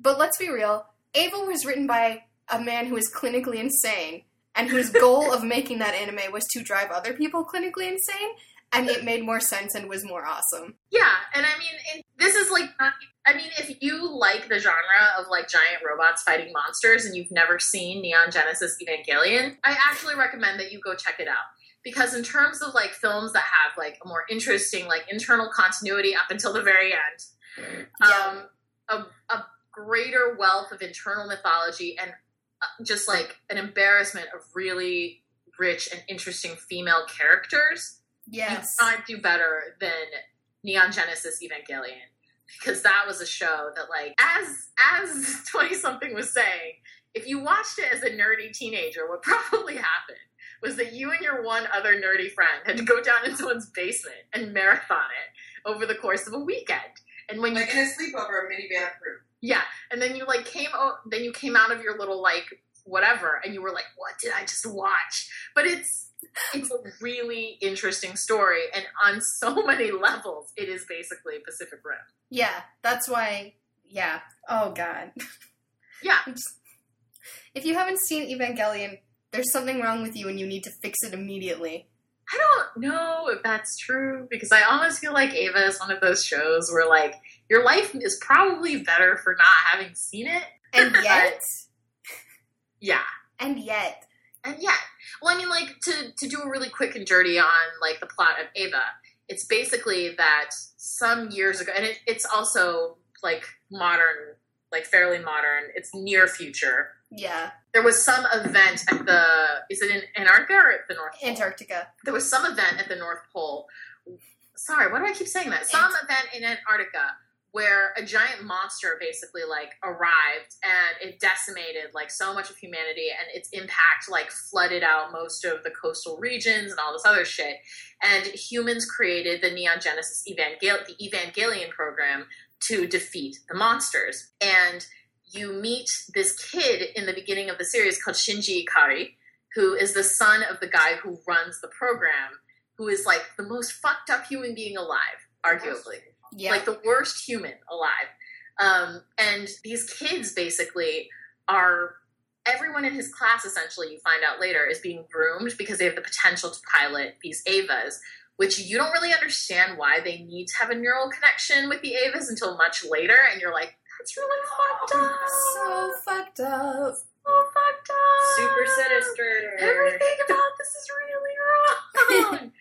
Speaker 2: But let's be real, Ava was written by a man who is clinically insane and whose goal of making that anime was to drive other people clinically insane, and it made more sense and was more awesome.
Speaker 1: Yeah, and I mean, and this is like, not- I mean, if you like the genre of like giant robots fighting monsters and you've never seen Neon Genesis Evangelion, I actually recommend that you go check it out. Because in terms of like films that have like a more interesting like internal continuity up until the very end, um, a, a greater wealth of internal mythology and uh, just like an embarrassment of really rich and interesting female characters
Speaker 2: Yes.
Speaker 1: you cannot do better than Neon Genesis Evangelion because that was a show that, like, as as twenty something was saying, if you watched it as a nerdy teenager, what probably happened was that you and your one other nerdy friend had to go down into one's basement and marathon it over the course of a weekend. And when you
Speaker 4: Like in a sleepover, a minivan approved.
Speaker 1: yeah, and then you like came out, then you came out of your little like whatever, and you were like, "What did I just watch?" But it's it's a really interesting story, and on so many levels, it is basically Pacific Rim.
Speaker 2: Yeah, that's why. Yeah. Oh, God.
Speaker 1: Yeah.
Speaker 2: I'm just- if you haven't seen Evangelion, there's something wrong with you and you need to fix it immediately.
Speaker 1: I don't know if that's true because I almost feel like Ava is one of those shows where like your life is probably better for not having seen it.
Speaker 2: And yet,
Speaker 1: Yeah.
Speaker 2: and yet,
Speaker 1: And yeah, well, I mean, like to to do a really quick and dirty on like the plot of Ava, it's basically that some years ago, and it, it's also like modern, like fairly modern. It's near future.
Speaker 2: yeah,
Speaker 1: There was some event at the is it in Antarctica or at the North? Pole?
Speaker 2: Antarctica.
Speaker 1: there was some event at the North Pole. Sorry, why do I keep saying that? Some event in Antarctica where a giant monster basically like arrived and it decimated like so much of humanity and its impact like flooded out most of the coastal regions and all this other shit. And humans created the Neon Genesis Evangel- the Evangelion program to defeat the monsters. And you meet this kid in the beginning of the series called Shinji Ikari who is the son of the guy who runs the program, who is like the most fucked up human being alive, arguably.
Speaker 2: Yeah.
Speaker 1: Like the worst human alive. Um, and these kids basically are everyone in his class, essentially, you find out later, is being groomed because they have the potential to pilot these Avas, which you don't really understand why they need to have a neural connection with the Avas until much later. And you're like, that's really fucked up.
Speaker 2: so fucked up.
Speaker 1: So fucked up.
Speaker 3: Super sinister.
Speaker 1: Ah, Everything about this is really wrong.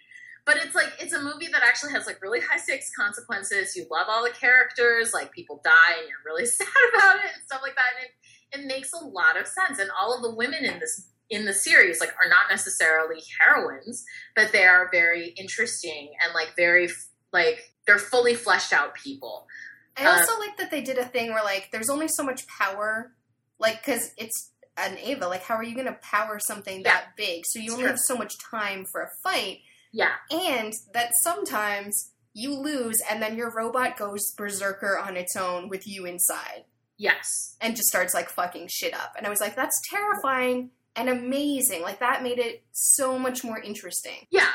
Speaker 1: but it's like it's a movie that actually has like really high stakes consequences. You love all the characters, like people die and you're really sad about it and stuff like that. And it, it makes a lot of sense. And all of the women in this in the series like are not necessarily heroines, but they are very interesting and like very f- like they're fully fleshed out people.
Speaker 2: I
Speaker 1: Uh,
Speaker 2: also like that they did a thing where like there's only so much power, like because it's an Ava. Like, how are you going to power something
Speaker 1: Yeah.
Speaker 2: that big? So you
Speaker 1: It's
Speaker 2: only
Speaker 1: true.
Speaker 2: have so much time for a fight,
Speaker 1: Yeah.
Speaker 2: and that sometimes you lose, and then your robot goes berserker on its own with you inside,
Speaker 1: Yes.
Speaker 2: and just starts like fucking shit up. And I was like, that's terrifying and amazing. Like that made it so much more interesting.
Speaker 1: Yeah.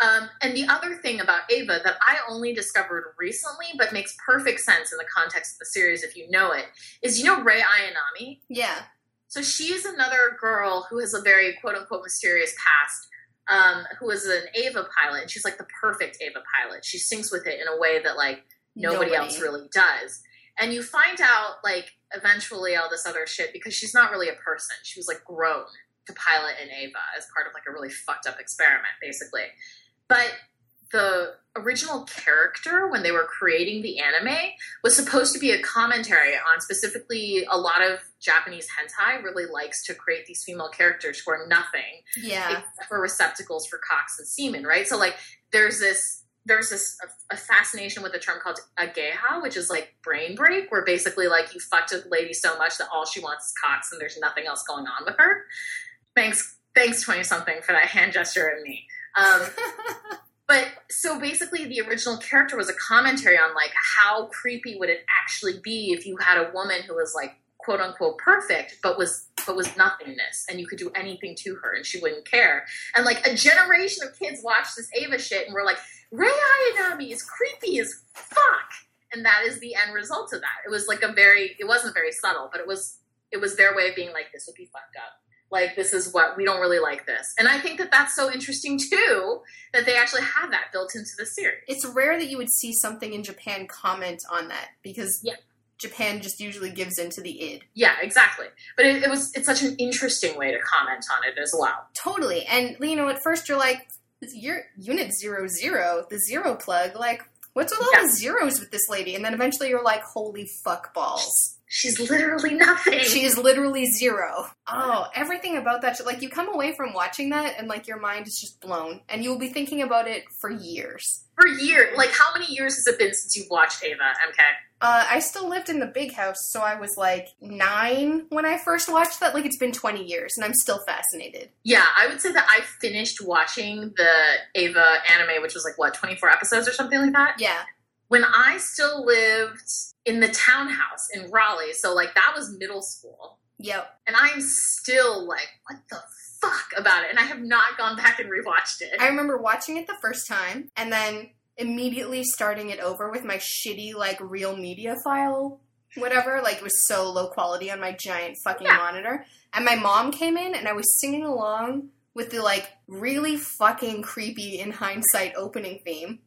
Speaker 1: Um, and the other thing about Ava that I only discovered recently, but makes perfect sense in the context of the series if you know it, is you know Rei Ayanami?
Speaker 2: Yeah,
Speaker 1: So she's another girl who has a very quote unquote mysterious past, um, who is an Ava pilot, and she's like the perfect Ava pilot. She syncs with it in a way that like nobody, else really does. And you find out like eventually all this other shit because she's not really a person. She was like grown to pilot in Ava as part of like a really fucked up experiment, basically. But the original character when they were creating the anime was supposed to be a commentary on specifically a lot of Japanese hentai really likes to create these female characters who are nothing
Speaker 2: Yeah,
Speaker 1: except for receptacles for cocks and semen, right? So like there's this there's this a, a fascination with the term called ageha, which is like brain break, where basically like you fucked a lady so much that all she wants is cocks and there's nothing else going on with her. Thanks, thanks, twenty something for that hand gesture at me. Um, but so basically, the original character was a commentary on like how creepy would it actually be if you had a woman who was like quote unquote perfect, but was but was nothingness, and you could do anything to her and she wouldn't care. And like a generation of kids watched this Ava shit and were like, Ray Ayanami is creepy as fuck. And that is the end result of that. It was like a very it wasn't very subtle, but it was it was their way of being like, this would be fucked up. Like this is what we don't really like this. And I think that that's so interesting too that they actually have that built into the series.
Speaker 2: it's rare that you would see something in Japan comment on that because
Speaker 1: Yeah.
Speaker 2: Japan just usually gives into the id.
Speaker 1: Yeah, exactly. But it, it was it's such an interesting way to comment on it as well.
Speaker 2: Totally. And you know, at first you're like, you're unit zero zero, the zero plug, like what's with all the zeros with this lady? And then eventually you're like, holy fuck balls.
Speaker 1: She's literally nothing.
Speaker 2: She is literally zero. Oh, everything about that shit. Like, you come away from watching that and, like, your mind is just blown. And you will be thinking about it for years.
Speaker 1: for years. Like, how many years has it been since you've watched Ava? MK.
Speaker 2: Uh, I still lived in the big house, so I was, like, nine when I first watched that. Like, it's been 20 years, and I'm still fascinated.
Speaker 1: Yeah, I would say that I finished watching the Ava anime, which was like what twenty four episodes or something like that.
Speaker 2: Yeah.
Speaker 1: When I still lived in the townhouse in Raleigh, so like that was middle school,
Speaker 2: Yep.
Speaker 1: and I'm still like, what the fuck about it? And I have not gone back and rewatched it.
Speaker 2: I remember watching it the first time and then immediately starting it over with my shitty, like, real media file, whatever. Like, it was so low quality on my giant fucking
Speaker 1: Yeah.
Speaker 2: monitor. And my mom came in and I was singing along with the, like, really fucking creepy in hindsight opening theme.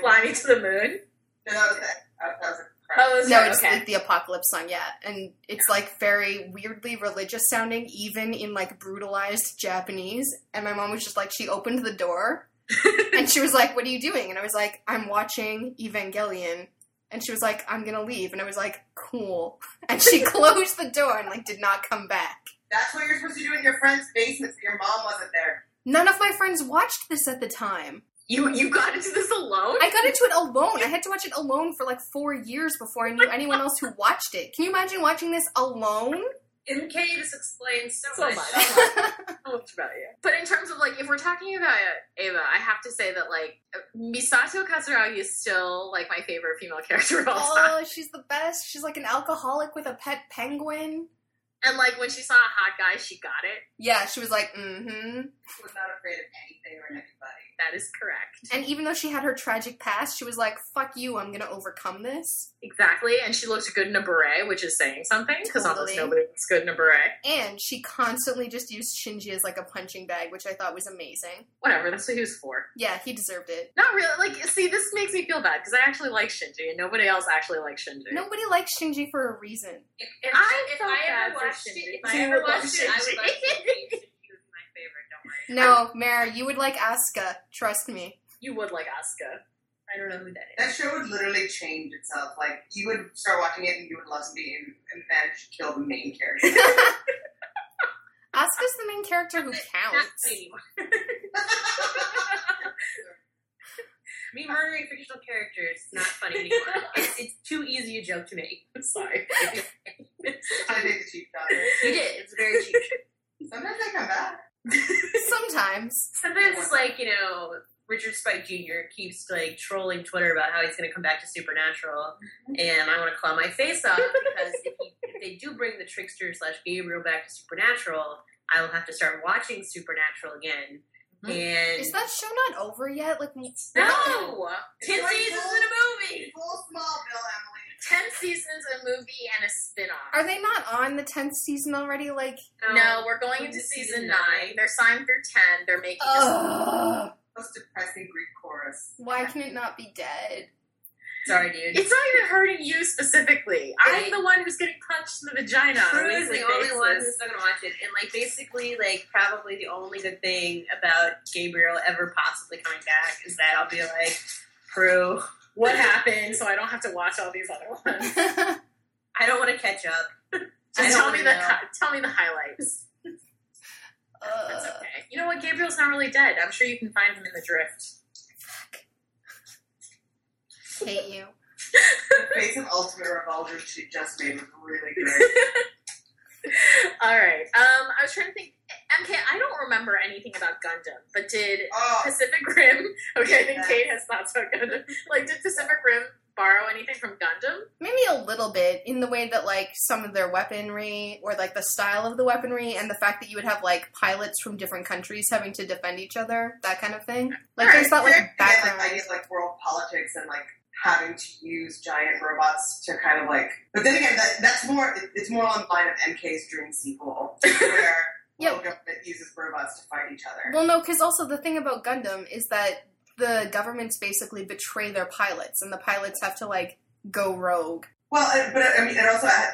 Speaker 1: Fly me to the moon.
Speaker 4: No, that was it. That, that was it.
Speaker 1: Oh, is
Speaker 2: No,
Speaker 1: that-
Speaker 2: it's
Speaker 1: okay.
Speaker 2: like the apocalypse song, yeah. And it's like very weirdly religious sounding, even in like brutalized Japanese. And my mom was just like, she opened the door and she was like, What are you doing? And I was like, I'm watching Evangelion. And she was like, I'm gonna leave. And I was like, Cool. And she closed the door and like did not come back.
Speaker 4: That's what you're supposed to do in your friend's basement so your mom wasn't there.
Speaker 2: None of my friends watched this at the time.
Speaker 1: you you got into this alone.
Speaker 2: I got into it alone. I had to watch it alone for like four years before I knew anyone else who watched it. Can you imagine watching this alone?
Speaker 3: MK just explains so,
Speaker 1: So
Speaker 3: much.
Speaker 1: much. But in terms of like, if we're talking about Ava, I have to say that like Misato Katsuragi is still like my favorite female character of all time.
Speaker 2: Oh, she's the best. She's like an alcoholic with a pet penguin.
Speaker 1: And like when she saw a hot guy, she got it.
Speaker 2: Yeah, she was like, mm hmm.
Speaker 4: She was not afraid of anything or anybody.
Speaker 1: That is correct.
Speaker 2: And even though she had her tragic past, she was like, fuck you, I'm gonna overcome this.
Speaker 1: Exactly. And she looks good in a beret, which is saying something because almost
Speaker 2: Totally.
Speaker 1: nobody looks good in a beret.
Speaker 2: And she constantly just used Shinji as like a punching bag, which I thought was amazing.
Speaker 1: Whatever. That's what he was for.
Speaker 2: Yeah, he deserved it.
Speaker 1: Not really. Like, see, this makes me feel bad because I actually like Shinji, and nobody else actually likes Shinji.
Speaker 2: Nobody likes Shinji for a reason.
Speaker 3: If, if,
Speaker 1: I
Speaker 3: I, if
Speaker 1: felt
Speaker 3: I
Speaker 1: bad
Speaker 3: ever
Speaker 1: for
Speaker 3: watched
Speaker 1: Shinji.
Speaker 3: it, if
Speaker 1: She
Speaker 3: I ever
Speaker 1: would love
Speaker 3: watched it, I would love
Speaker 1: Shinji.
Speaker 3: Shinji. Shinji was my favorite. Don't
Speaker 2: No,
Speaker 3: worry.
Speaker 2: Mare, you would like Asuka. Trust me.
Speaker 1: You would like Asuka.
Speaker 3: I don't know who that is.
Speaker 4: That show would literally change itself. Like you would start watching it and you would love somebody and, and manage to kill the main character.
Speaker 2: Asuka's the main character who
Speaker 3: That's
Speaker 2: counts.
Speaker 3: me. Me murdering fictional characters is not funny anymore. it's, it's too easy a joke to make.
Speaker 1: I'm sorry.
Speaker 4: I make the cheap daughter.
Speaker 3: You did. It's very cheap.
Speaker 4: Sometimes I come back.
Speaker 2: Sometimes.
Speaker 3: Sometimes it's like, you know, Richard Spike Jr. keeps like trolling Twitter about how he's going to come back to Supernatural, and I want to claw my face off because if, he, if they do bring the trickster slash Gabriel back to Supernatural, I will have to start watching Supernatural again.
Speaker 1: Mhm.
Speaker 3: And
Speaker 2: Is that show not over yet? Like,
Speaker 3: no, ten
Speaker 4: It's like
Speaker 3: seasons
Speaker 4: full-
Speaker 3: in a movie.
Speaker 4: Full small bill, Emily.
Speaker 1: Ten seasons, a movie, and a spin-off.
Speaker 2: are they not on the 10th season already? Like,
Speaker 1: No, we're going into season nine. They're signed through ten. They're making. us
Speaker 2: Ugh.
Speaker 4: Most depressing Greek chorus.
Speaker 2: Why can it not be dead?
Speaker 3: Oh, sorry, dude.
Speaker 1: it's not even hurting you specifically. I'm
Speaker 3: Right.
Speaker 1: the one who's getting punched in the vagina. on a
Speaker 3: Prue is
Speaker 1: weekly
Speaker 3: the only
Speaker 1: basis.
Speaker 3: one who's still gonna watch it, and like basically, like probably the only good thing about Gabriel ever possibly coming back is that I'll be like, Prue,
Speaker 1: What happened? So I don't have to watch all these other ones.
Speaker 3: I don't want to catch up. I
Speaker 1: Just
Speaker 3: don't
Speaker 1: tell me
Speaker 3: wanna
Speaker 1: the
Speaker 3: know.
Speaker 1: hi- tell me the highlights. That's
Speaker 2: Ugh.
Speaker 1: okay. You know what? Gabriel's not really dead. I'm sure you can find him in the drift.
Speaker 2: Hate you.
Speaker 4: Face of Ultimate Revolver she just made was really good.
Speaker 1: All right. Um, I was trying to think. MK, I don't remember anything about Gundam, but did
Speaker 4: Oh,
Speaker 1: Pacific Rim? Okay, I think
Speaker 4: Yeah.
Speaker 1: Kate has thoughts about Gundam. Like, did Pacific Rim borrow anything from Gundam?
Speaker 2: Maybe a little bit in the way that like some of their weaponry or like the style of the weaponry and the fact that you would have like pilots from different countries having to defend each other, that kind of thing. Like there's that
Speaker 4: Alright,
Speaker 2: like
Speaker 4: and then,
Speaker 2: background.
Speaker 4: Like, I get like world politics and like having to use giant robots to kind of like. But then again, that, that's more. It, it's more on the line of MK's dream sequel, where
Speaker 2: Yep.
Speaker 4: world government uses robots to fight each other.
Speaker 2: Well, no, because also the thing about Gundam is that the governments basically betray their pilots, and the pilots have to like go rogue.
Speaker 4: Well, uh, but I mean, it also ha-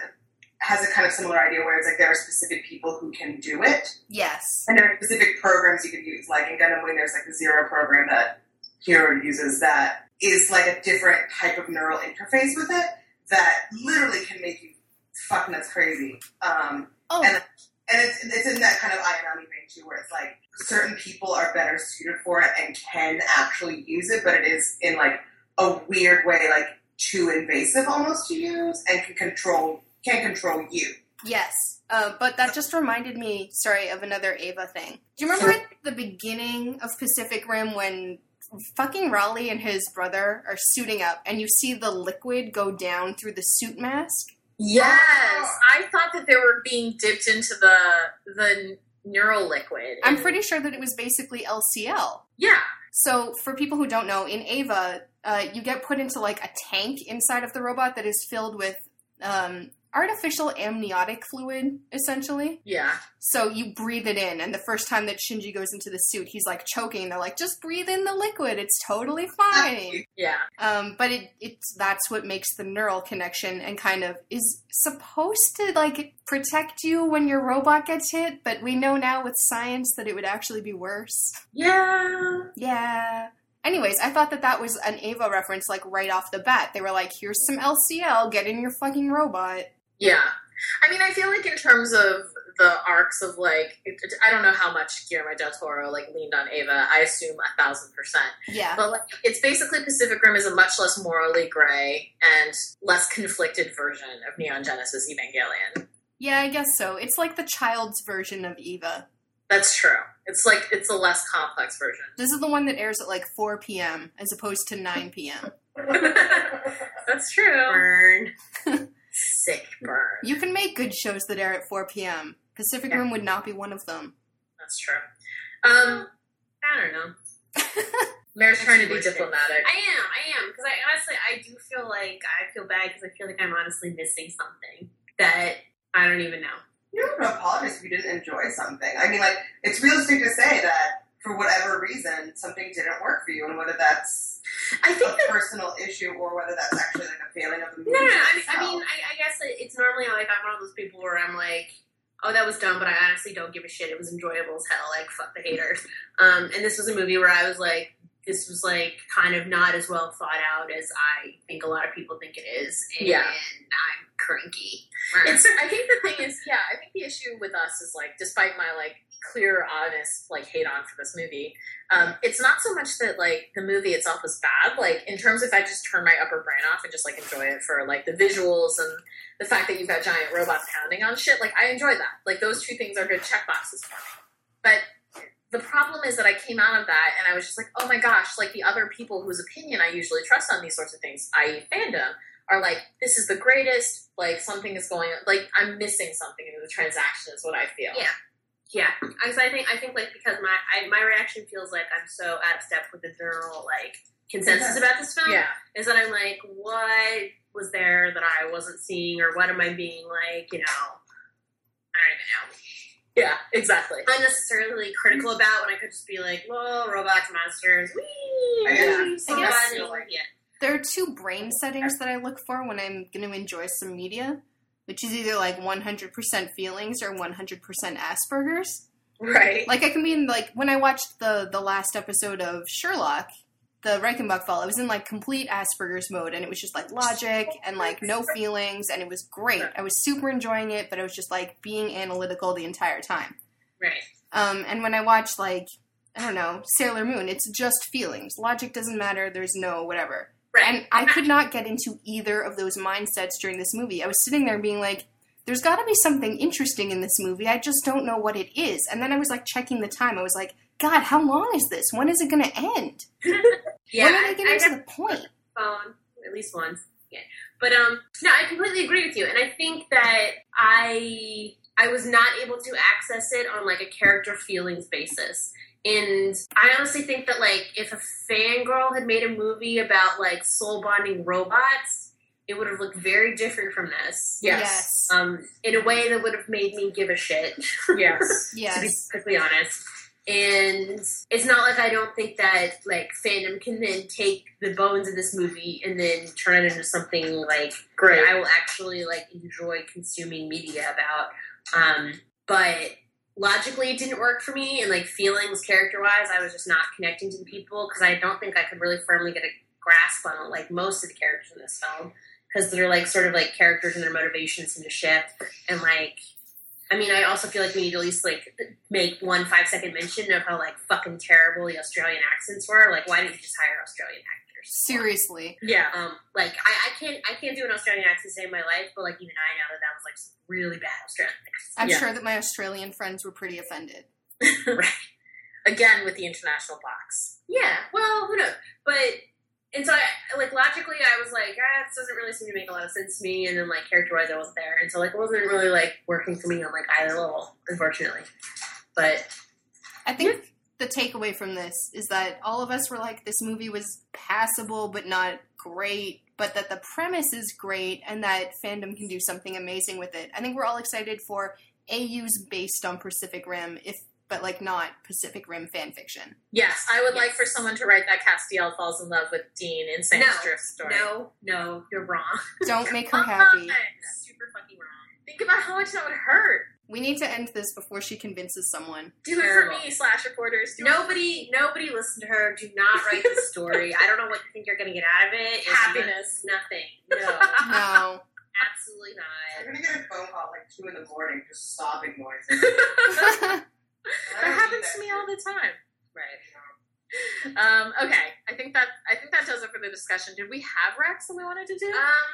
Speaker 4: has a kind of similar idea where it's like there are specific people who can do it,
Speaker 2: Yes,
Speaker 4: and there are specific programs you can use. Like in Gundam Wing, there's like the Zero program that Hero uses that is like a different type of neural interface with it that literally can make you fucking that's crazy. Um,
Speaker 2: Oh,
Speaker 4: And- and it's, it's in that kind of Ayanami vein too, where it's like certain people are better suited for it and can actually use it, but it is in like a weird way, like too invasive almost to use, and can control can control you.
Speaker 2: yes. Uh, but that just reminded me, sorry, of another Ava thing. Do you remember at the beginning of Pacific Rim when fucking Raleigh and his brother are suiting up, and you see the liquid go down through the suit mask?
Speaker 1: Yes,
Speaker 3: Oh,
Speaker 1: I thought that they were being dipped into the the neural liquid.
Speaker 2: I'm
Speaker 1: And-
Speaker 2: pretty sure that it was basically LCL.
Speaker 1: Yeah,
Speaker 2: So, for people who don't know, in Ava, uh, you get put into like a tank inside of the robot that is filled with um, artificial amniotic fluid, essentially.
Speaker 1: yeah.
Speaker 2: So you breathe it in, and the first time that Shinji goes into the suit, he's like choking. They're like, "Just breathe in the liquid; it's totally fine."
Speaker 1: Yeah.
Speaker 2: Um, but it, it's that's what makes the neural connection and kind of is supposed to like protect you when your robot gets hit. But we know now with science that it would actually be worse.
Speaker 1: Yeah.
Speaker 2: Yeah. Anyways, I thought that that was an Ava reference, like right off the bat. They were like, "Here's some LCL. Get in your fucking robot."
Speaker 1: Yeah. I mean, I feel like in terms of the arcs of like, it- it- I don't know how much Guillermo del Toro like leaned on Ava. I assume a thousand percent.
Speaker 2: Yeah.
Speaker 1: But like, it's basically Pacific Rim is a much less morally gray and less conflicted version of Neon Genesis Evangelion.
Speaker 2: Yeah, I guess so. It's like the child's version of Eva.
Speaker 1: That's true. It's like it's a less complex version.
Speaker 2: This is the one that airs at like 4 p.m. as opposed to 9 p.m.
Speaker 1: That's true.
Speaker 3: Burn.
Speaker 1: Sick burn.
Speaker 2: You can make good shows that air at 4 p.m. Pacific Rim would not be one of them.
Speaker 1: That's true. Um,
Speaker 3: I don't know.
Speaker 1: Mare's trying to be
Speaker 3: Worst case.
Speaker 1: diplomatic.
Speaker 3: I am. I am because I honestly I do feel like I feel bad because I feel like I'm honestly missing something that I don't even know.
Speaker 4: You don't have to apologize if you didn't enjoy something. I mean, like it's realistic to say that for whatever reason something didn't work for you, and whether that's
Speaker 1: I think
Speaker 4: a personal issue or whether that's actually like a failing of the movie.
Speaker 3: No, no, no. I mean, I,
Speaker 4: itself.
Speaker 3: mean I, I guess it- it's normally like I'm one of those people where I'm like, oh, that was dumb, but I honestly don't give a shit. It was enjoyable as hell. Like, fuck the haters. Um, and this was a movie where I was like, this was like kind of not as well thought out as I think a lot of people think it is. And
Speaker 1: Yeah.
Speaker 3: I'm cranky.
Speaker 1: it's i think the thing is yeah i think the issue with us is like despite my like clear honest like hate on for this movie um it's not so much that like the movie itself was bad like in terms of if i just turn my upper brain off and just like enjoy it for like the visuals and the fact that you've got giant robots pounding on shit like i enjoy that like those two things are good check boxes for me but the problem is that I came out of that and I was just like, oh my gosh, like the other people whose opinion I usually trust on these sorts of things, i.e., fandom, are like, this is the greatest, like something is going on, like I'm missing something in the transaction, is what I feel.
Speaker 3: Yeah. Yeah, because I think I think like because my I, my reaction feels like I'm so out of step with the general like consensus about this film.
Speaker 1: Yeah.
Speaker 3: is that I'm like, what was there that I wasn't seeing, or what am I being like, you know, I don't even
Speaker 1: Yeah, exactly.
Speaker 3: know, unnecessarily critical about when I could just be like, well, robots, monsters, wee,
Speaker 4: I guess-
Speaker 3: so
Speaker 2: I guess-
Speaker 3: funny. yeah.
Speaker 2: There are two brain settings that I look for when I'm going to enjoy some media, which is either like 100% feelings or 100% Asperger's.
Speaker 1: Right.
Speaker 2: Like I can be in like when I watched the the last episode of Sherlock, the Reichenbach fall, I was in like complete Asperger's mode and it was just like logic and like no feelings and it was great. I was super enjoying it, but I was just like being analytical the entire time.
Speaker 3: Right.
Speaker 2: Um and when I watched like I don't know, Sailor Moon, it's just feelings. Logic doesn't matter, there's no whatever.
Speaker 3: Right.
Speaker 2: And I could not get into either of those mindsets during this movie. I was sitting there being like, there's got to be something interesting in this movie. I just don't know what it is. And then I was like checking the time. I was like, God, how long is this? When is it going to end?
Speaker 3: yeah,
Speaker 2: when are
Speaker 3: I-
Speaker 2: they
Speaker 3: I
Speaker 2: getting
Speaker 3: have-
Speaker 2: to the point?
Speaker 3: phone at least once. Yeah. But um no, I completely agree with you. And I think that I I was not able to access it on like a character feelings basis. And I honestly think that like if a fangirl had made a movie about like soul bonding robots, it would have looked very different from this.
Speaker 1: Yes.
Speaker 3: Um in a way that would have made me give a shit.
Speaker 1: Yes.
Speaker 2: Yes.
Speaker 3: to be
Speaker 2: yes.
Speaker 3: perfectly honest. And it's not like I don't think that like fandom can then take the bones of this movie and then turn it into something like
Speaker 1: Great.
Speaker 3: that I will actually like enjoy consuming media about. Um, but logically, it didn't work for me, and like feelings, character wise, I was just not connecting to the people because I don't think I could really firmly get a grasp on like most of the characters in this film because they're like sort of like characters and their motivations seem to shift and like. I mean, I also feel like we need to at least like make one five second mention of how like fucking terrible the Australian accents were. Like, why didn't you just hire Australian actors?
Speaker 2: Seriously.
Speaker 1: Yeah.
Speaker 3: Um, like I, I can't I can't do an Australian accent to save my life, but like even I know that that was like some really bad Australian accent.
Speaker 2: I'm
Speaker 1: Yeah.
Speaker 2: sure that my Australian friends were pretty offended.
Speaker 1: Again with the international box.
Speaker 3: Yeah, well, who knows? But and so I like logically I was like, ah, this doesn't really seem to make a lot of sense to me and then like character wise I wasn't there and so like it wasn't really like working for me on like either level, unfortunately. But
Speaker 2: I think the takeaway from this is that all of us were like, this movie was passable but not great, but that the premise is great and that fandom can do something amazing with it. I think we're all excited for AUs based on Pacific Rim, if but like not Pacific Rim fan fiction.
Speaker 1: Yes, I would like
Speaker 3: Yes.
Speaker 1: for someone to write that Castiel falls in love with Dean in Santa's
Speaker 3: No.
Speaker 1: Drift story.
Speaker 3: no, no, you're wrong.
Speaker 2: Don't make her
Speaker 1: Come
Speaker 2: happy.
Speaker 1: on.
Speaker 3: Super fucking wrong.
Speaker 1: Think about how much that would hurt.
Speaker 2: We need to end this before she convinces someone.
Speaker 1: Do it
Speaker 3: Terrible.
Speaker 1: for me, slash reporters. Do it
Speaker 3: Nobody nobody listen to her. Do not write the story. I don't know what you think you're gonna get out of it. It's
Speaker 1: for happiness.
Speaker 3: Nothing. No.
Speaker 2: No.
Speaker 3: Absolutely
Speaker 4: I'm
Speaker 3: not.
Speaker 4: gonna get a phone call at like two in the morning, just sobbing noises. I don't
Speaker 1: That
Speaker 4: need
Speaker 1: happens to me
Speaker 4: shit.
Speaker 1: all the time.
Speaker 3: Right.
Speaker 1: Um, okay, I think that I think that does it for the discussion. Did we have recs that we wanted to do?
Speaker 3: Um,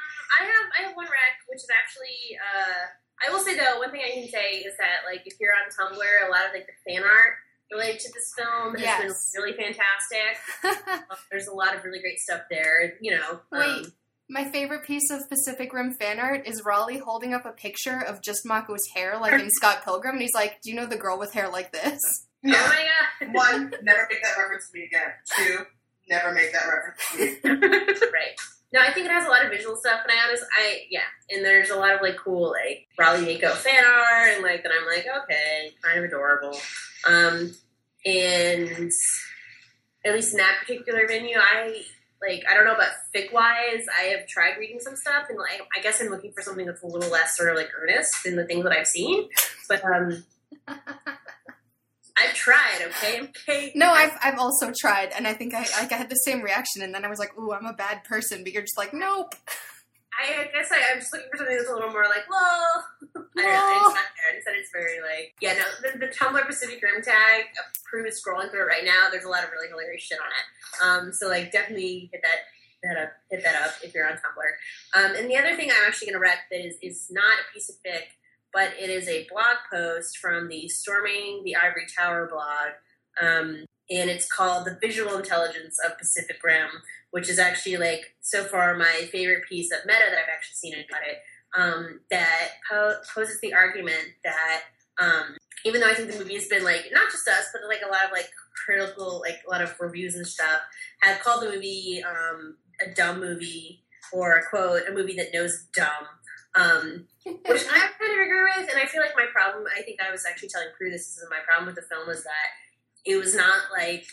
Speaker 3: I have I have one rec, which is actually uh, I will say though one thing I can say is that like if you're on Tumblr, a lot of like the fan art related to this film
Speaker 2: Yes.
Speaker 3: has been really fantastic. Um, There's a lot of really great stuff there. You know,
Speaker 2: Wait.
Speaker 3: um,
Speaker 2: My favorite piece of Pacific Rim fan art is Raleigh holding up a picture of just Mako's hair, like in Scott Pilgrim, and he's like, "Do you know the girl with hair like this?"
Speaker 3: oh
Speaker 4: Yeah.
Speaker 3: my god,
Speaker 4: One, never make that reference to me again. Two, never make that reference to me.
Speaker 3: right. No, I think it has a lot of visual stuff, and I honest, I yeah, and there's a lot of like cool like Raleigh Nico fan art, and like that I'm like okay, kind of adorable. Um, and at least in that particular venue, I like I don't know about fic wise. I have tried reading some stuff, and like I guess I'm looking for something that's a little less sort of like earnest than the things that I've seen. But um, I've tried. Okay, okay.
Speaker 2: No, I've I've also tried, and I think I like I had the same reaction, and then I was like, "Ooh, I'm a bad person," but you're just like, "Nope."
Speaker 3: I guess I, I'm just looking for something that's a little more like, whoa. I don't know,
Speaker 2: Whoa.
Speaker 3: it's not there. Instead, it's very like, yeah, no, the, the Tumblr Pacific Rim tag, Prue is scrolling through it right now. There's a lot of really hilarious shit on it. Um, so, like, definitely hit that. That up, hit that up if you're on Tumblr. Um, and the other thing I'm actually going to rep that is, is not a piece of fic, but it is a blog post from the Storming the Ivory Tower blog. Um, and it's called The Visual Intelligence of Pacific Rim, which is actually like so far my favorite piece of meta that I've actually seen about it. Um, that po- poses the argument that um, even though I think the movie has been like not just us, but like a lot of like critical, like a lot of reviews and stuff have called the movie um, a dumb movie or quote a movie that knows dumb. Um, which I kind of agree with, and I feel like my problem. I think I was actually telling Prue this is my problem with the film is that it was not like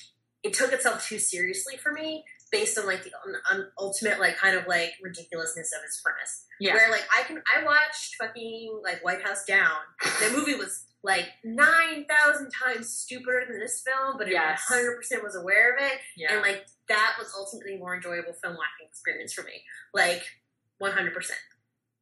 Speaker 3: it took itself too seriously for me, based on like the un- un- ultimate like kind of like ridiculousness of its premise.
Speaker 1: Yeah.
Speaker 3: Where like I can I watched fucking like White House Down. That movie was like nine thousand times stupider than this film, but it one
Speaker 1: Yes.
Speaker 3: hundred percent was aware of it,
Speaker 1: Yeah.
Speaker 3: and like that was ultimately a more enjoyable film watching experience for me. Like one hundred percent.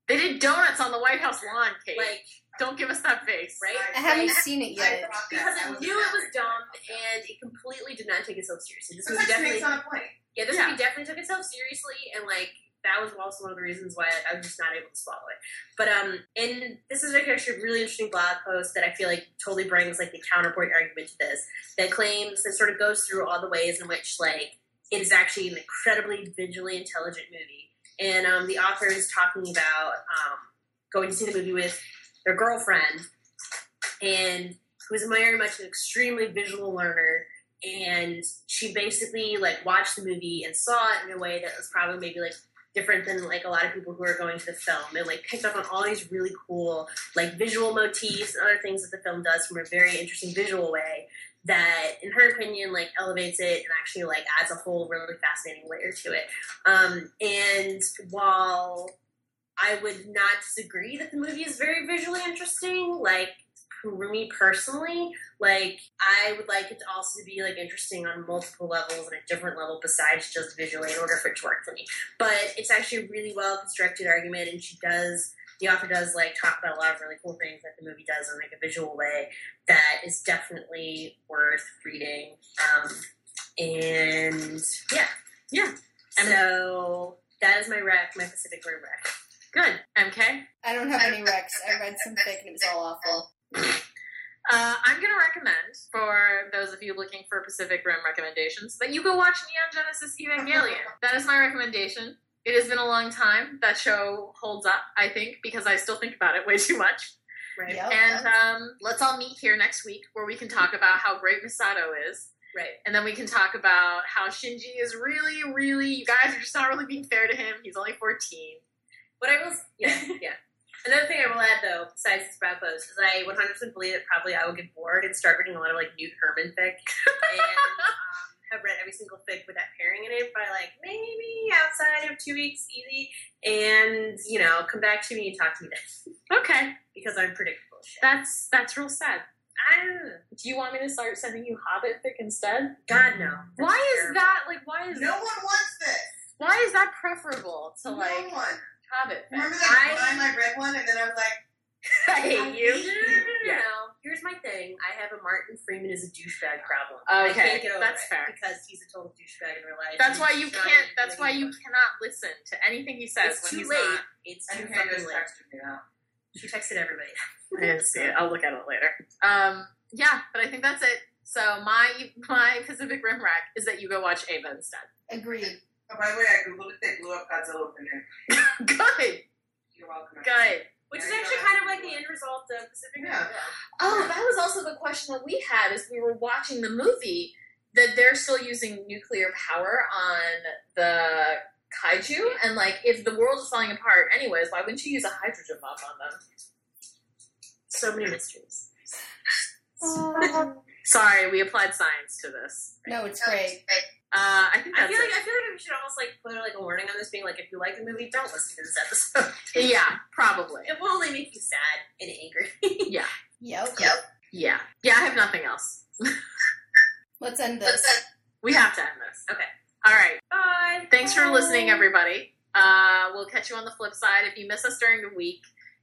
Speaker 1: they did donuts on the White House lawn, Kate.
Speaker 3: Like
Speaker 1: Don't give us that face.
Speaker 3: right.
Speaker 2: I haven't
Speaker 3: Like,
Speaker 2: seen it
Speaker 4: I
Speaker 2: yet.
Speaker 4: forgot that.
Speaker 3: because
Speaker 4: I
Speaker 3: it
Speaker 4: was
Speaker 3: knew it was
Speaker 4: mad.
Speaker 3: dumb and it completely did not take itself seriously. This was
Speaker 4: Sometimes she
Speaker 3: definitely
Speaker 4: makes on a point.
Speaker 3: Yeah, this
Speaker 1: Yeah.
Speaker 3: movie definitely took itself seriously, and like that was also one of the reasons why like, I was just not able to swallow it. But um, and this is like actually a really interesting blog post that I feel like totally brings like the counterpoint argument to this that claims that sort of goes through all the ways in which like it is actually an incredibly visually intelligent movie, and um, the author is talking about um, going to see the movie with their girlfriend, and who is very much an extremely visual learner and she basically like watched the movie and saw it in a way that was probably maybe like different than like a lot of people who are going to the film and like picked up on all these really cool like visual motifs and other things that the film does from a very interesting visual way that in her opinion like elevates it and actually like adds a whole really fascinating layer to it um, and while i would not disagree that the movie is very visually interesting like for me personally like I would like it to also be like interesting on multiple levels and a different level besides just visually in order for it to work for me. But it's actually a really well constructed argument, and she does the author does like talk about a lot of really cool things that the movie does in like a visual way that is definitely worth reading. Um, and yeah, yeah. So that is my rec, my Pacific Rim rec. Good.
Speaker 1: MK?
Speaker 2: I don't have any recs. I read some fic and it was all awful.
Speaker 1: Uh, I'm going to recommend for those of you looking for Pacific Rim recommendations that you go watch Neon Genesis Evangelion. that is my recommendation. It has been a long time. That show holds up, I think, because I still think about it way too much.
Speaker 3: Right.
Speaker 2: Yep.
Speaker 1: and um, let's all meet here next week where we can talk about how great Masato is.
Speaker 3: Right.
Speaker 1: And then we can talk about how Shinji is really, really, you guys are just not really being fair to him. He's only 14.
Speaker 3: What I will, yeah, yeah. Another thing I will add, though, besides this blog post, is I 100% believe that probably I will get bored and start reading a lot of like Newt Herman fic, and um, have read every single fic with that pairing in it by like maybe outside of two weeks, easy, and you know, come back to me and talk to me then
Speaker 1: Okay,
Speaker 3: because I'm predictable. as Shit.
Speaker 1: that's that's real sad.
Speaker 3: I don't know.
Speaker 1: Do you want me to start sending you Hobbit fic instead?
Speaker 3: God no. That's
Speaker 1: why is
Speaker 3: terrible.
Speaker 1: that like? Why is
Speaker 4: No one wants this.
Speaker 1: why is that preferable to
Speaker 4: No
Speaker 1: like
Speaker 4: one.
Speaker 1: Hobbit fic?
Speaker 4: Remember that
Speaker 3: I-
Speaker 4: time I read one and then I was like,
Speaker 1: I hate
Speaker 3: No, No, no,
Speaker 1: you.
Speaker 3: no, no,
Speaker 1: Yeah.
Speaker 3: no. Here's my thing. I have a Martin Freeman is a douchebag problem. I
Speaker 1: Okay,
Speaker 3: can't get over
Speaker 1: that's
Speaker 3: it
Speaker 1: fair.
Speaker 3: because he's a total douchebag in real life.
Speaker 1: That's why
Speaker 3: He's
Speaker 1: you
Speaker 3: not
Speaker 1: can't. That's
Speaker 3: really
Speaker 1: why you
Speaker 3: good.
Speaker 1: cannot listen to anything he says
Speaker 3: It's
Speaker 1: when he's
Speaker 3: too late.
Speaker 1: not.
Speaker 3: It's
Speaker 4: I
Speaker 3: too
Speaker 4: think I
Speaker 3: fucking
Speaker 4: just
Speaker 3: late.
Speaker 4: texted me now.
Speaker 3: She texted everybody.
Speaker 1: I didn't see it. I'll look at it later. Um, yeah, but I think that's it. So my my Pacific Rim rack is that you go watch Ava instead.
Speaker 2: Agreed.
Speaker 4: Oh, by the way, I googled it. They blew up Godzilla with a nuke.
Speaker 1: Good,
Speaker 4: You're welcome.
Speaker 1: good.
Speaker 3: Which is
Speaker 4: There you
Speaker 3: actually
Speaker 4: go.
Speaker 3: kind of like the end result of Pacific Rim.
Speaker 4: Yeah.
Speaker 1: Oh, that was also the question that we had as we were watching the movie that they're still using nuclear power on the kaiju and like if the world is falling apart anyways, why wouldn't you use a hydrogen bomb on them?
Speaker 3: So many mysteries.
Speaker 1: Sorry, we applied science to this.
Speaker 2: no, it's great.
Speaker 1: Uh, I think
Speaker 3: I
Speaker 1: that's
Speaker 3: feel like
Speaker 1: it.
Speaker 3: I feel like we should almost like put like a warning on this, being like, if you like the movie, don't listen to this episode.
Speaker 1: yeah, probably.
Speaker 3: It will only make you sad and angry.
Speaker 1: Yeah,
Speaker 2: Yep.
Speaker 3: Yep.
Speaker 1: yeah, yeah. I have nothing else.
Speaker 2: Let's end this.
Speaker 1: We have to end this.
Speaker 3: Okay.
Speaker 1: All right.
Speaker 3: Bye.
Speaker 1: Thanks for listening, everybody. Uh, we'll catch you on the flip side. If you miss us during the week,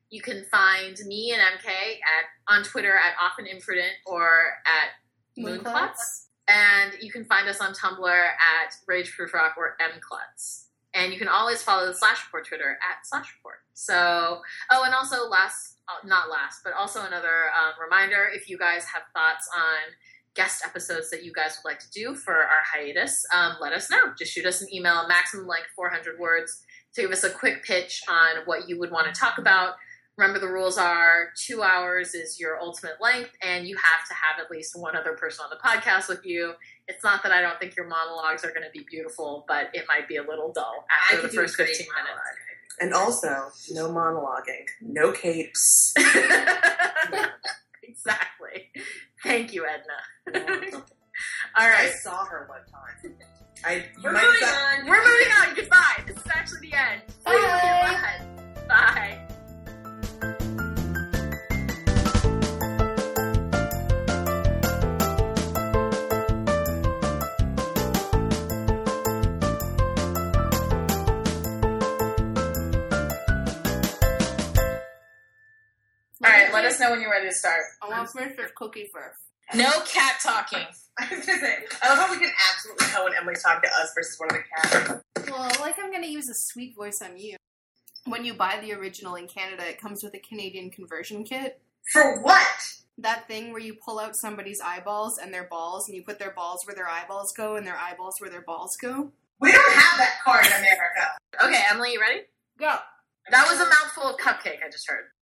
Speaker 1: you can find me and MK at on Twitter at often imprudent or at Moonclots. And you can find us on Tumblr at Rageproof Rock or MClutz. And you can always follow the Slash Report Twitter at Slash Report. So, oh, and also last, uh, not last, but also another um, reminder if you guys have thoughts on guest episodes that you guys would like to do for our hiatus, um, let us know. Just shoot us an email, maximum length 400 words, to give us a quick pitch on what you would want to talk about. Remember, the rules are two hours is your ultimate length, and you have to have at least one other person on the podcast with you. It's not that I don't think your monologues are going to be beautiful, but it might be a little dull
Speaker 3: I
Speaker 1: after
Speaker 3: could
Speaker 1: the
Speaker 3: do a
Speaker 1: first 15
Speaker 3: great
Speaker 1: minutes.
Speaker 3: monologue.
Speaker 5: And also, no monologuing, no capes.
Speaker 1: exactly. Thank you, Edna.
Speaker 5: I
Speaker 1: All right.
Speaker 5: saw her one time. I
Speaker 3: We're
Speaker 5: might
Speaker 3: moving
Speaker 5: have-
Speaker 3: on.
Speaker 1: We're moving on. Goodbye. This is actually the end.
Speaker 2: Bye.
Speaker 1: Goodbye. Bye. All right, let us know when you're ready to start.
Speaker 2: I want first or cookie first.
Speaker 1: No cat talking.
Speaker 4: I was gonna say, I love how we can absolutely tell when Emily was talking to us versus one of the cats.
Speaker 2: Well, like I'm going to use a sweet voice on you. When you buy the original in Canada, it comes with a Canadian conversion kit.
Speaker 4: For what?
Speaker 2: That thing where you pull out somebody's eyeballs and their balls, and you put their balls where their eyeballs go, and their eyeballs where their balls go.
Speaker 4: We don't have that card in America.
Speaker 1: Okay, Emily, you ready?
Speaker 2: Go.
Speaker 1: That was a mouthful of cupcake I just heard.